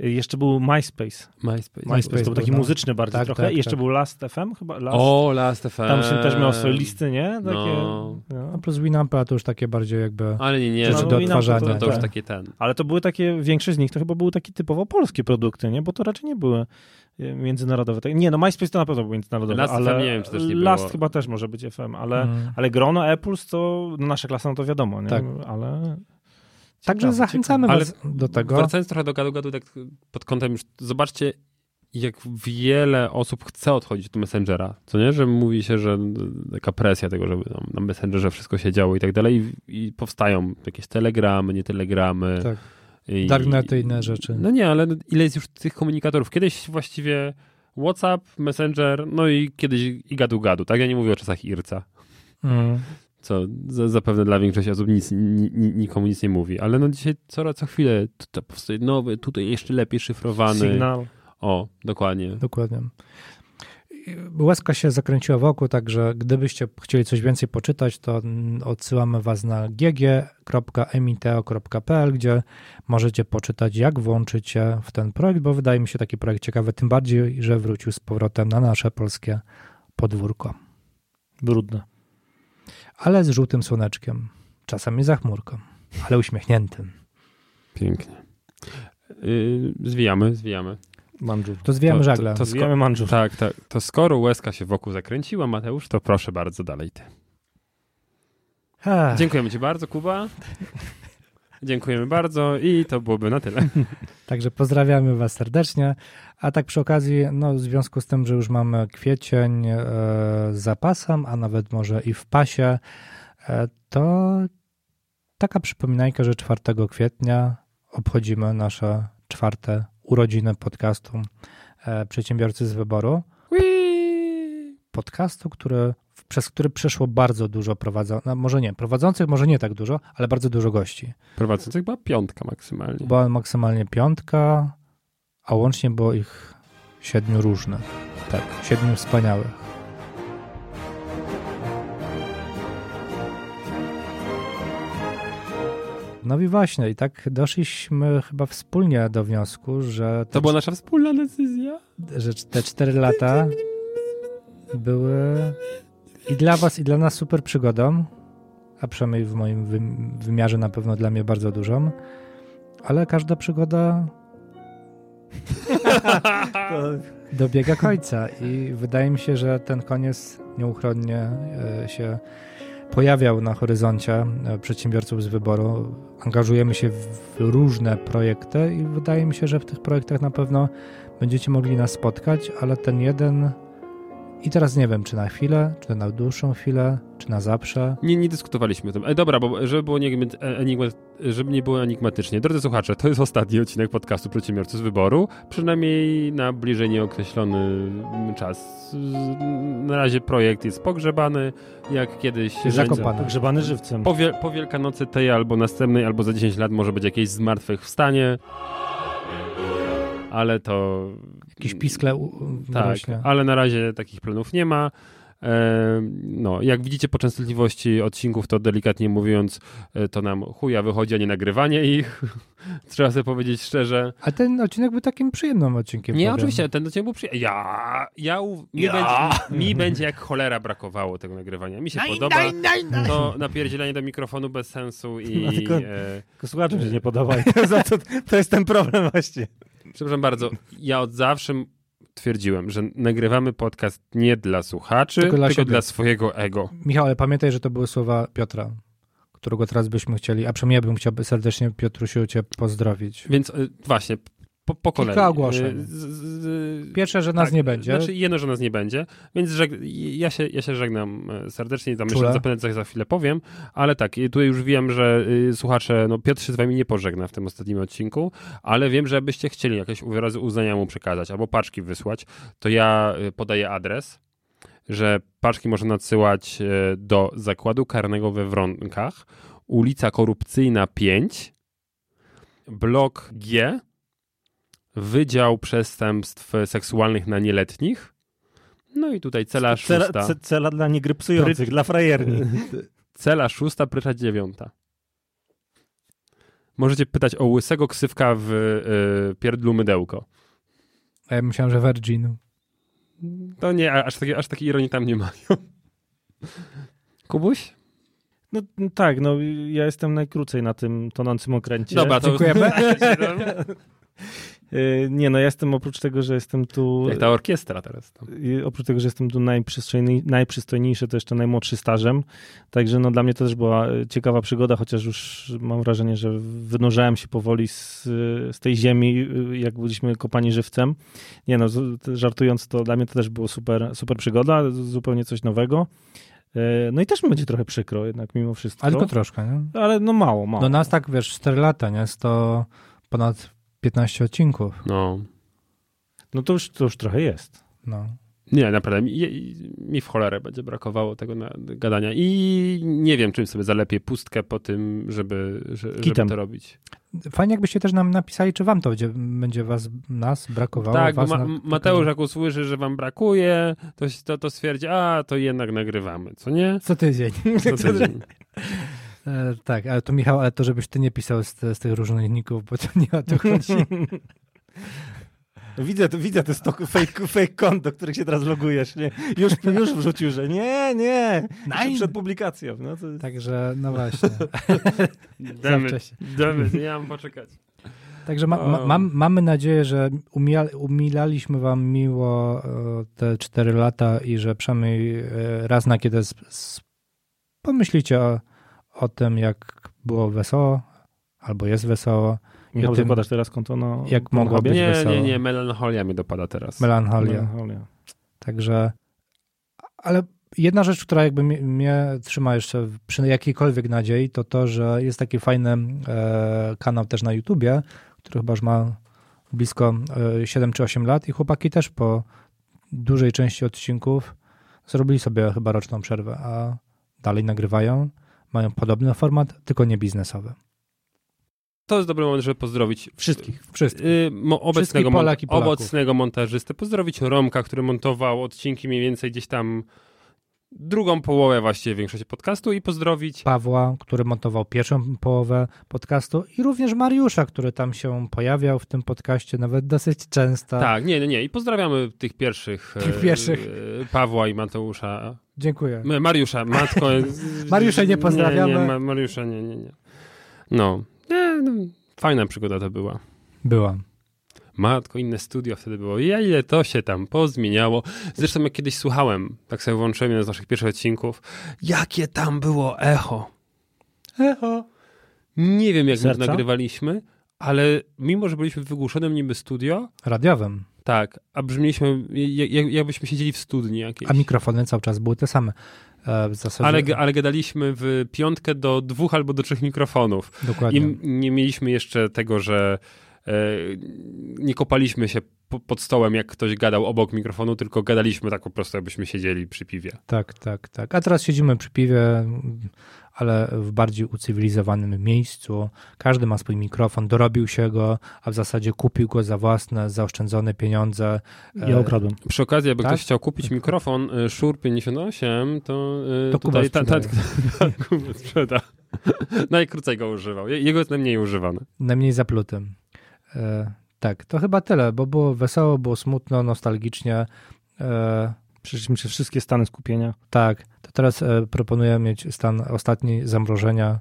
Speaker 4: y, jeszcze był MySpace.
Speaker 2: MySpace.
Speaker 4: MySpace to
Speaker 3: był,
Speaker 4: był taki
Speaker 3: no.
Speaker 4: muzyczny bardziej
Speaker 3: Tak,
Speaker 4: trochę.
Speaker 3: tak,
Speaker 4: I jeszcze
Speaker 3: tak.
Speaker 4: był Last FM chyba. Last,
Speaker 2: O, Last FM.
Speaker 4: tam się też miał swoje listy, nie? Takie, no.
Speaker 2: No.
Speaker 3: No plus Winampa to już takie bardziej jakby...
Speaker 2: Ale nie, nie,
Speaker 3: Rzeczy
Speaker 2: no,
Speaker 3: do
Speaker 4: i na
Speaker 3: odtwarzania.
Speaker 2: to,
Speaker 4: to-
Speaker 2: to już
Speaker 3: tak.
Speaker 2: taki ten.
Speaker 4: Ale to były takie, większość z nich to chyba były takie typowo polskie produkty, nie? Bo to raczej nie były e, międzynarodowe. Tak- Nie, no MySpace to na pewno był międzynarodowy,
Speaker 2: Last
Speaker 4: ale
Speaker 2: FM nie wiem, czy też nie
Speaker 4: Last
Speaker 2: było.
Speaker 4: chyba też może być FM, ale,
Speaker 3: Mm.
Speaker 4: ale grono, Apples to no, nasza klasa, no to wiadomo, nie?
Speaker 3: Tak.
Speaker 4: Ale...
Speaker 3: Także zachęcamy
Speaker 2: ciekawe.
Speaker 3: was do tego.
Speaker 2: Wracając trochę do gadu, gadu tak pod kątem już, zobaczcie, jak wiele osób chce odchodzić od Messengera, co nie? Że mówi się, że taka presja tego, żeby tam na Messengerze wszystko się działo i tak dalej i, i powstają jakieś telegramy, nie telegramy.
Speaker 3: Tak.
Speaker 2: I,
Speaker 3: Darknety i inne rzeczy.
Speaker 2: No nie, ale ile jest już tych komunikatorów? Kiedyś właściwie WhatsApp, Messenger, no i kiedyś i gadu gadu, tak? Ja nie mówię o czasach Irca.
Speaker 3: Mm.
Speaker 2: co za- zapewne dla większości osób nic, ni, ni, nikomu nic nie mówi, ale no dzisiaj co, co chwilę tu- to powstaje nowy, tutaj jeszcze lepiej szyfrowany.
Speaker 4: Sygnał.
Speaker 2: O, dokładnie.
Speaker 3: Dokładnie. I Łezka się zakręciła wokół, także gdybyście chcieli coś więcej poczytać, to mm, odsyłamy was na gg.miteo.pl, gdzie możecie poczytać, jak włączyć się w ten projekt, bo wydaje mi się taki projekt ciekawy, tym bardziej, że wrócił z powrotem na nasze polskie podwórko.
Speaker 4: Brudne.
Speaker 3: Ale z żółtym słoneczkiem, czasami za chmurką, ale uśmiechniętym.
Speaker 2: Pięknie. Yy, Y, zwijamy, zwijamy.
Speaker 4: Mandżur.
Speaker 3: To zwijamy żagle.
Speaker 2: To, to sko-
Speaker 4: Zwijamy mandżur.
Speaker 2: tak, tak. To skoro łezka się wokół zakręciła, Mateusz, to proszę bardzo, dalej ty.
Speaker 3: Ech,
Speaker 2: Dziękujemy ci bardzo, Kuba. Dziękujemy bardzo i to byłoby na tyle.
Speaker 3: Także pozdrawiamy Was serdecznie. A tak przy okazji, no, w związku z tym, że już mamy kwiecień e, za pasem, a nawet może i w pasie, e, to taka przypominajka, że 4 kwietnia obchodzimy nasze czwarte urodziny podcastu e, Przedsiębiorcy z Wyboru. Podcastu, który, przez który przeszło bardzo dużo prowadzących, no, może nie, prowadzących może nie tak dużo, ale bardzo dużo gości.
Speaker 2: Prowadzących była piątka maksymalnie.
Speaker 3: Była maksymalnie piątka, a łącznie było ich siedmiu różnych. Tak, siedmiu wspaniałych. No i właśnie, i tak doszliśmy chyba wspólnie do wniosku, że
Speaker 2: To
Speaker 3: te,
Speaker 2: była nasza wspólna decyzja.
Speaker 3: że te cztery lata były i dla was, i dla nas super przygodą, a przynajmniej w moim wym- wymiarze na pewno dla mnie bardzo dużą, ale każda przygoda dobiega końca i wydaje mi się, że ten koniec nieuchronnie e, się pojawiał na horyzoncie e, przedsiębiorców z wyboru. Angażujemy się w różne projekty i wydaje mi się, że w tych projektach na pewno będziecie mogli nas spotkać, ale ten jeden i teraz nie wiem, czy na chwilę, czy na dłuższą chwilę, czy na zawsze.
Speaker 2: Nie, nie dyskutowaliśmy o tym. E, dobra, bo żeby, było nie, enigma, żeby nie było enigmatycznie. Drodzy słuchacze, to jest ostatni odcinek podcastu Przedsiębiorcy z Wyboru, przynajmniej na bliżej nieokreślony czas. Z- Na razie projekt jest pogrzebany, jak kiedyś...
Speaker 3: Zakopany.
Speaker 4: Pogrzebany żywcem.
Speaker 2: Po, wiel- po Wielkanocy tej albo następnej, albo za 10 lat może być jakieś zmartwychwstanie. Ale to...
Speaker 3: Jakieś piskle u-
Speaker 2: Tak,
Speaker 3: rośnie.
Speaker 2: ale na razie takich planów nie ma. E, No, jak widzicie po częstotliwości odcinków, to delikatnie mówiąc, e, to nam chuja wychodzi, a nie nagrywanie ich. Trzeba sobie powiedzieć szczerze.
Speaker 3: A ten odcinek był takim przyjemnym odcinkiem.
Speaker 2: Nie,
Speaker 3: powiem.
Speaker 2: oczywiście, ten odcinek był przyjemny. Ja, ja, u- mi, Będzie, mi będzie jak cholera brakowało tego nagrywania. Mi się podoba to napierdzielanie do mikrofonu bez sensu i...
Speaker 4: No, tylko-
Speaker 2: e,
Speaker 4: Tylko słuchaczom się nie podoba. i To, za to, to jest ten problem właśnie.
Speaker 2: Przepraszam bardzo, ja od zawsze m- twierdziłem, że nagrywamy podcast nie dla słuchaczy,
Speaker 3: Tylko
Speaker 2: tylko
Speaker 3: dla
Speaker 2: dla,
Speaker 3: siebie.
Speaker 2: swojego ego.
Speaker 3: Michał, ale pamiętaj, że to były słowa Piotra, którego teraz byśmy chcieli, a przynajmniej ja bym chciał serdecznie, Piotrusiu, cię pozdrowić.
Speaker 2: Więc y, właśnie, po, po kolei.
Speaker 3: ogłoszeń.
Speaker 2: Y, z- z-
Speaker 3: Pierwsze, że nas
Speaker 2: tak,
Speaker 3: nie będzie.
Speaker 2: Znaczy jedno, że nas nie będzie, więc żeg- ja, się, ja się żegnam e, serdecznie, tam
Speaker 3: Czule.
Speaker 2: jeszcze zapewne coś za chwilę powiem, ale tak, i tutaj już wiem, że y, słuchacze, no Piotr się z wami nie pożegna w tym ostatnim odcinku, ale wiem, że byście chcieli jakieś wyrazy uznania mu przekazać albo paczki wysłać, to ja y, podaję adres, że paczki można nadsyłać e, do Zakładu Karnego we Wronkach, ulica Korupcyjna 5, blok G, Wydział Przestępstw Seksualnych na Nieletnich. No i tutaj cela
Speaker 4: Cela,
Speaker 2: szósta.
Speaker 4: ce- cela dla niegrypsujących, dla frajerni.
Speaker 2: Cela szósta, prycza dziewiąta. Możecie pytać o łysego ksywka w y, pierdlu mydełko.
Speaker 3: A ja myślałem, że Virgin.
Speaker 2: To nie, a- aż takiej aż takiej ironii tam nie mają. Kubuś?
Speaker 4: No n- tak, no ja jestem najkrócej na tym tonącym okręcie.
Speaker 2: Dobra, to...
Speaker 3: Dziękujemy.
Speaker 4: Y, nie, no ja jestem oprócz tego, że jestem tu...
Speaker 2: Jak ta orkiestra teraz. Tam.
Speaker 4: y, Oprócz tego, że jestem tu najprzystojny- najprzystojniejszy, to jeszcze najmłodszy stażem. Także no, dla mnie to też była y, ciekawa przygoda, chociaż już mam wrażenie, że wynurzałem się powoli z, y, z tej ziemi, y, jak byliśmy kopani żywcem. Nie no, z- t- żartując, to dla mnie to też było super, super przygoda, z- zupełnie coś nowego. Y, No i też mi będzie trochę przykro jednak mimo wszystko.
Speaker 3: Ale tylko troszkę, nie?
Speaker 4: Ale no mało, mało.
Speaker 3: Do nas tak, wiesz, 4 lata, nie? 100 ponad 15 odcinków.
Speaker 2: No.
Speaker 4: No to już, to już trochę jest.
Speaker 3: No.
Speaker 2: Nie, naprawdę, mi, je- mi w cholerę będzie brakowało tego na, gadania i nie wiem, czym sobie zalepię pustkę po tym, żeby, że, żeby
Speaker 4: Kitem.
Speaker 2: to robić.
Speaker 3: Fajnie, jakbyście też nam napisali, czy wam to będzie, będzie was, nas brakowało.
Speaker 2: tak, bo
Speaker 3: was,
Speaker 2: ma,
Speaker 3: na-
Speaker 2: Mateusz jak usłyszy, że wam brakuje, to, się- to, to stwierdzi, a to jednak nagrywamy, co nie?
Speaker 3: Co tydzień.
Speaker 2: Co tydzień.
Speaker 3: E, tak, ale to Michał, ale to żebyś ty nie pisał z, z tych różników, bo to nie o to chodzi.
Speaker 4: No Widzę, to- widzę te stoku, fake, fake konto, których się teraz logujesz. Nie? Już, już wrzucił, że nie, nie. Jeszcze
Speaker 3: Nein.
Speaker 4: Przed publikacją. No to...
Speaker 3: Także, no właśnie.
Speaker 2: Damy,
Speaker 3: wcześnie.
Speaker 2: damy, nie mam poczekać.
Speaker 3: Także ma, ma, mam, mamy nadzieję, że umila, umilaliśmy wam miło e, te cztery lata i że przynajmniej e, raz na kiedy sp- sp- pomyślicie o, o tym, jak było wesoło albo jest wesoło,
Speaker 4: Michał,
Speaker 3: tym-
Speaker 4: zakładasz teraz konto na
Speaker 3: jak
Speaker 4: na
Speaker 3: mogło
Speaker 4: Hubie?
Speaker 3: być
Speaker 2: Nie,
Speaker 3: wesoło.
Speaker 2: nie, nie, melancholia mi dopada teraz.
Speaker 3: Melancholia.
Speaker 4: Melancholia.
Speaker 3: Także, ale jedna rzecz, która jakby mnie, mnie trzyma jeszcze w- przy jakiejkolwiek nadziei, to to, że jest taki fajny e, kanał też na YouTubie, który chyba już ma blisko e, 7 czy 8 lat i chłopaki też po dużej części odcinków zrobili sobie chyba roczną przerwę, a dalej nagrywają, mają podobny format, tylko nie biznesowy.
Speaker 2: To jest dobry moment, żeby pozdrowić wszystkich.
Speaker 3: Wszystkich.
Speaker 2: Y, mo, obecnego, mon-
Speaker 3: Polak i Polaków.
Speaker 2: obecnego montażystę, pozdrowić Romka, który montował odcinki mniej więcej gdzieś tam drugą połowę właściwie większości podcastu i pozdrowić
Speaker 3: Pawła, który montował pierwszą połowę podcastu i również Mariusza, który tam się pojawiał w tym podcaście nawet dosyć często.
Speaker 2: Tak, nie, nie, nie. I pozdrawiamy tych pierwszych.
Speaker 3: Tych pierwszych.
Speaker 2: e, Pawła i Mateusza.
Speaker 3: Dziękuję.
Speaker 2: M- Mariusza, matko.
Speaker 3: Mariusza nie pozdrawiamy.
Speaker 2: Nie, nie, Ma- Mariusza, nie, nie, nie. No. Nie, no. Fajna przygoda to była.
Speaker 3: Była.
Speaker 2: Matko, inne studio wtedy było. Ja ile to się tam pozmieniało. Zresztą jak kiedyś słuchałem, tak sobie włączyłem jeden z naszych pierwszych odcinków, jakie tam było echo. Echo. Nie wiem, jak my to
Speaker 4: Serca?
Speaker 2: nagrywaliśmy, ale mimo, że byliśmy w wygłuszonym niby studio,
Speaker 3: Radiowym.
Speaker 2: tak, a brzmieliśmy, jak, jak- jakbyśmy siedzieli w studni jakiejś.
Speaker 3: A mikrofony cały czas były te same. E, W zasadzie
Speaker 2: Ale, g- ale gadaliśmy w piątkę do dwóch albo do trzech mikrofonów.
Speaker 3: dokładnie.
Speaker 2: I m- nie mieliśmy jeszcze tego, że e, nie kopaliśmy się po, pod stołem, jak ktoś gadał obok mikrofonu, tylko gadaliśmy tak po prostu, jakbyśmy siedzieli przy piwie.
Speaker 3: Tak, tak, tak. A teraz siedzimy przy piwie, m, ale w bardziej ucywilizowanym miejscu. Każdy ma swój mikrofon, dorobił się go, a w zasadzie kupił go za własne, zaoszczędzone pieniądze. E,
Speaker 4: Ja ukradłem.
Speaker 2: Przy okazji, jakby
Speaker 3: Tak?
Speaker 2: ktoś chciał kupić mikrofon y, Shure 58, to, y,
Speaker 3: To Kuba
Speaker 2: tutaj ta, ta,
Speaker 3: sprzedaje.
Speaker 2: ta- Kuba sprzeda. Najkrócej go używał. Je- Jego jest najmniej używany.
Speaker 3: Najmniej zaplutym. E, Tak, to chyba tyle, bo było wesoło, było smutno, nostalgicznie. E,
Speaker 4: Przeszliśmy się wszystkie stany skupienia.
Speaker 3: Tak, to teraz e, proponuję mieć stan ostatni zamrożenia.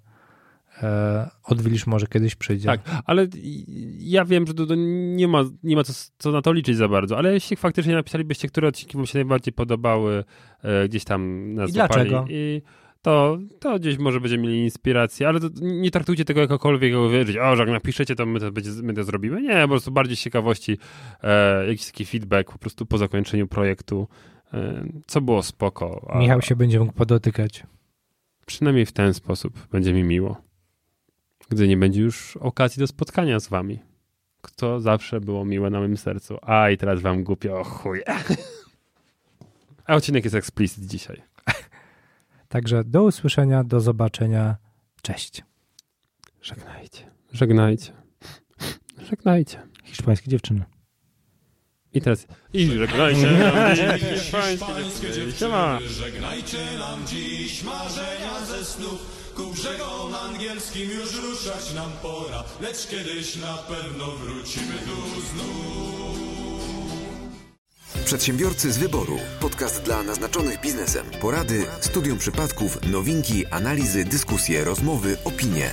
Speaker 3: E, odwilż może kiedyś przyjdzie.
Speaker 2: Tak, ale i- ja wiem, że tu to nie ma, nie ma co, co na to liczyć za bardzo, ale jeśli faktycznie napisalibyście, które odcinki wam się najbardziej podobały, e, gdzieś tam nas
Speaker 3: I
Speaker 2: złapali
Speaker 3: dlaczego?
Speaker 2: I to, to gdzieś może będziemy mieli inspirację, ale to, nie traktujcie tego jakokolwiek, jak wierzyć, o, że jak napiszecie, to my to, będzie, my to zrobimy. Nie, po prostu bardziej z ciekawości, e, jakiś taki feedback po prostu po zakończeniu projektu, e, co było spoko. a-
Speaker 3: Michał się będzie mógł podotykać.
Speaker 2: Przynajmniej w ten sposób będzie mi miło, gdy nie będzie już okazji do spotkania z wami. To zawsze było miłe na moim sercu. A i teraz wam głupio, o chuj. A odcinek jest explicit dzisiaj.
Speaker 3: Także do usłyszenia, do zobaczenia. Cześć.
Speaker 2: Żegnajcie. Żegnajcie. Żegnajcie.
Speaker 4: Hiszpańskie dziewczyny.
Speaker 2: I teraz... I żegnajcie.
Speaker 8: Żegnajcie nam dziś marzenia ze snów Ku brzegom angielskim już ruszać nam pora Lecz kiedyś na pewno wrócimy tu znów
Speaker 1: Przedsiębiorcy z wyboru. Podcast dla naznaczonych biznesem. Porady, studium przypadków, nowinki, analizy, dyskusje, rozmowy, opinie.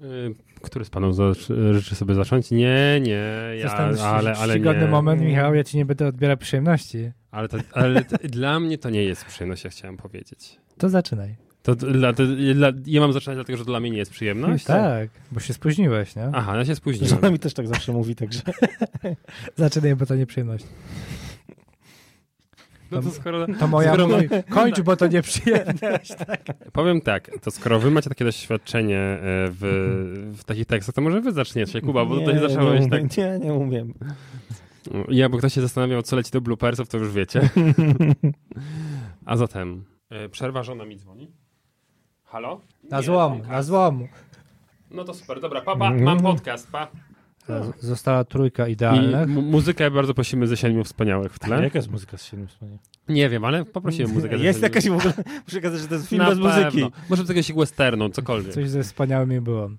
Speaker 2: Y, Który z panów zac- życzy sobie zacząć? Nie, nie. Ja,
Speaker 3: Zastanów się,
Speaker 2: ale, ale
Speaker 3: czcigodny
Speaker 2: nie.
Speaker 3: moment, Michał, ja ci nie będę odbierał przyjemności.
Speaker 2: Ale, to, ale to, dla mnie to nie jest przyjemność, ja chciałem powiedzieć.
Speaker 3: To zaczynaj.
Speaker 2: To dla, to, dla, ja mam zaczynać dlatego, że to dla mnie nie jest przyjemność?
Speaker 3: tak, bo się spóźniłeś, nie?
Speaker 2: Aha, no ja się spóźniłem.
Speaker 4: Żona mi też tak zawsze mówi, także
Speaker 3: Zaczynaj, bo to nieprzyjemność.
Speaker 2: No to skoro,
Speaker 3: To moja...
Speaker 2: Skoro-
Speaker 3: mój- Kończ, bo to nieprzyjemność.
Speaker 2: powiem tak, to skoro wy macie takie doświadczenie e, w, w takich tekstach, to może wy zaczniecie, Kuba, bo to nie zacząłeś
Speaker 4: nie,
Speaker 2: tak.
Speaker 4: umiem, Nie, nie umiem.
Speaker 2: Ja, bo ktoś się zastanawiał, co leci do bloopersów, to już wiecie. A zatem, e, przerwa, żona mi dzwoni. Halo?
Speaker 3: Na
Speaker 2: Nie,
Speaker 3: złom,
Speaker 2: okej.
Speaker 3: na złom.
Speaker 2: No to super, dobra, pa, pa, mam podcast, pa.
Speaker 3: Z- Została trójka
Speaker 2: I
Speaker 3: idealnych.
Speaker 2: mu- muzykę bardzo prosimy ze siedmiu wspaniałych w tle.
Speaker 4: Jaka jest muzyka z siedmiu wspaniałych?
Speaker 2: Nie wiem, ale poprosiłem muzykę. ze
Speaker 4: Tak. Jest
Speaker 2: siedmiu-
Speaker 4: jakaś w ogóle, muszę kazać, że to jest film
Speaker 2: Na
Speaker 4: bez muzyki.
Speaker 2: pewno. Może z jakiegoś westernu, cokolwiek.
Speaker 3: Coś ze wspaniałymi było.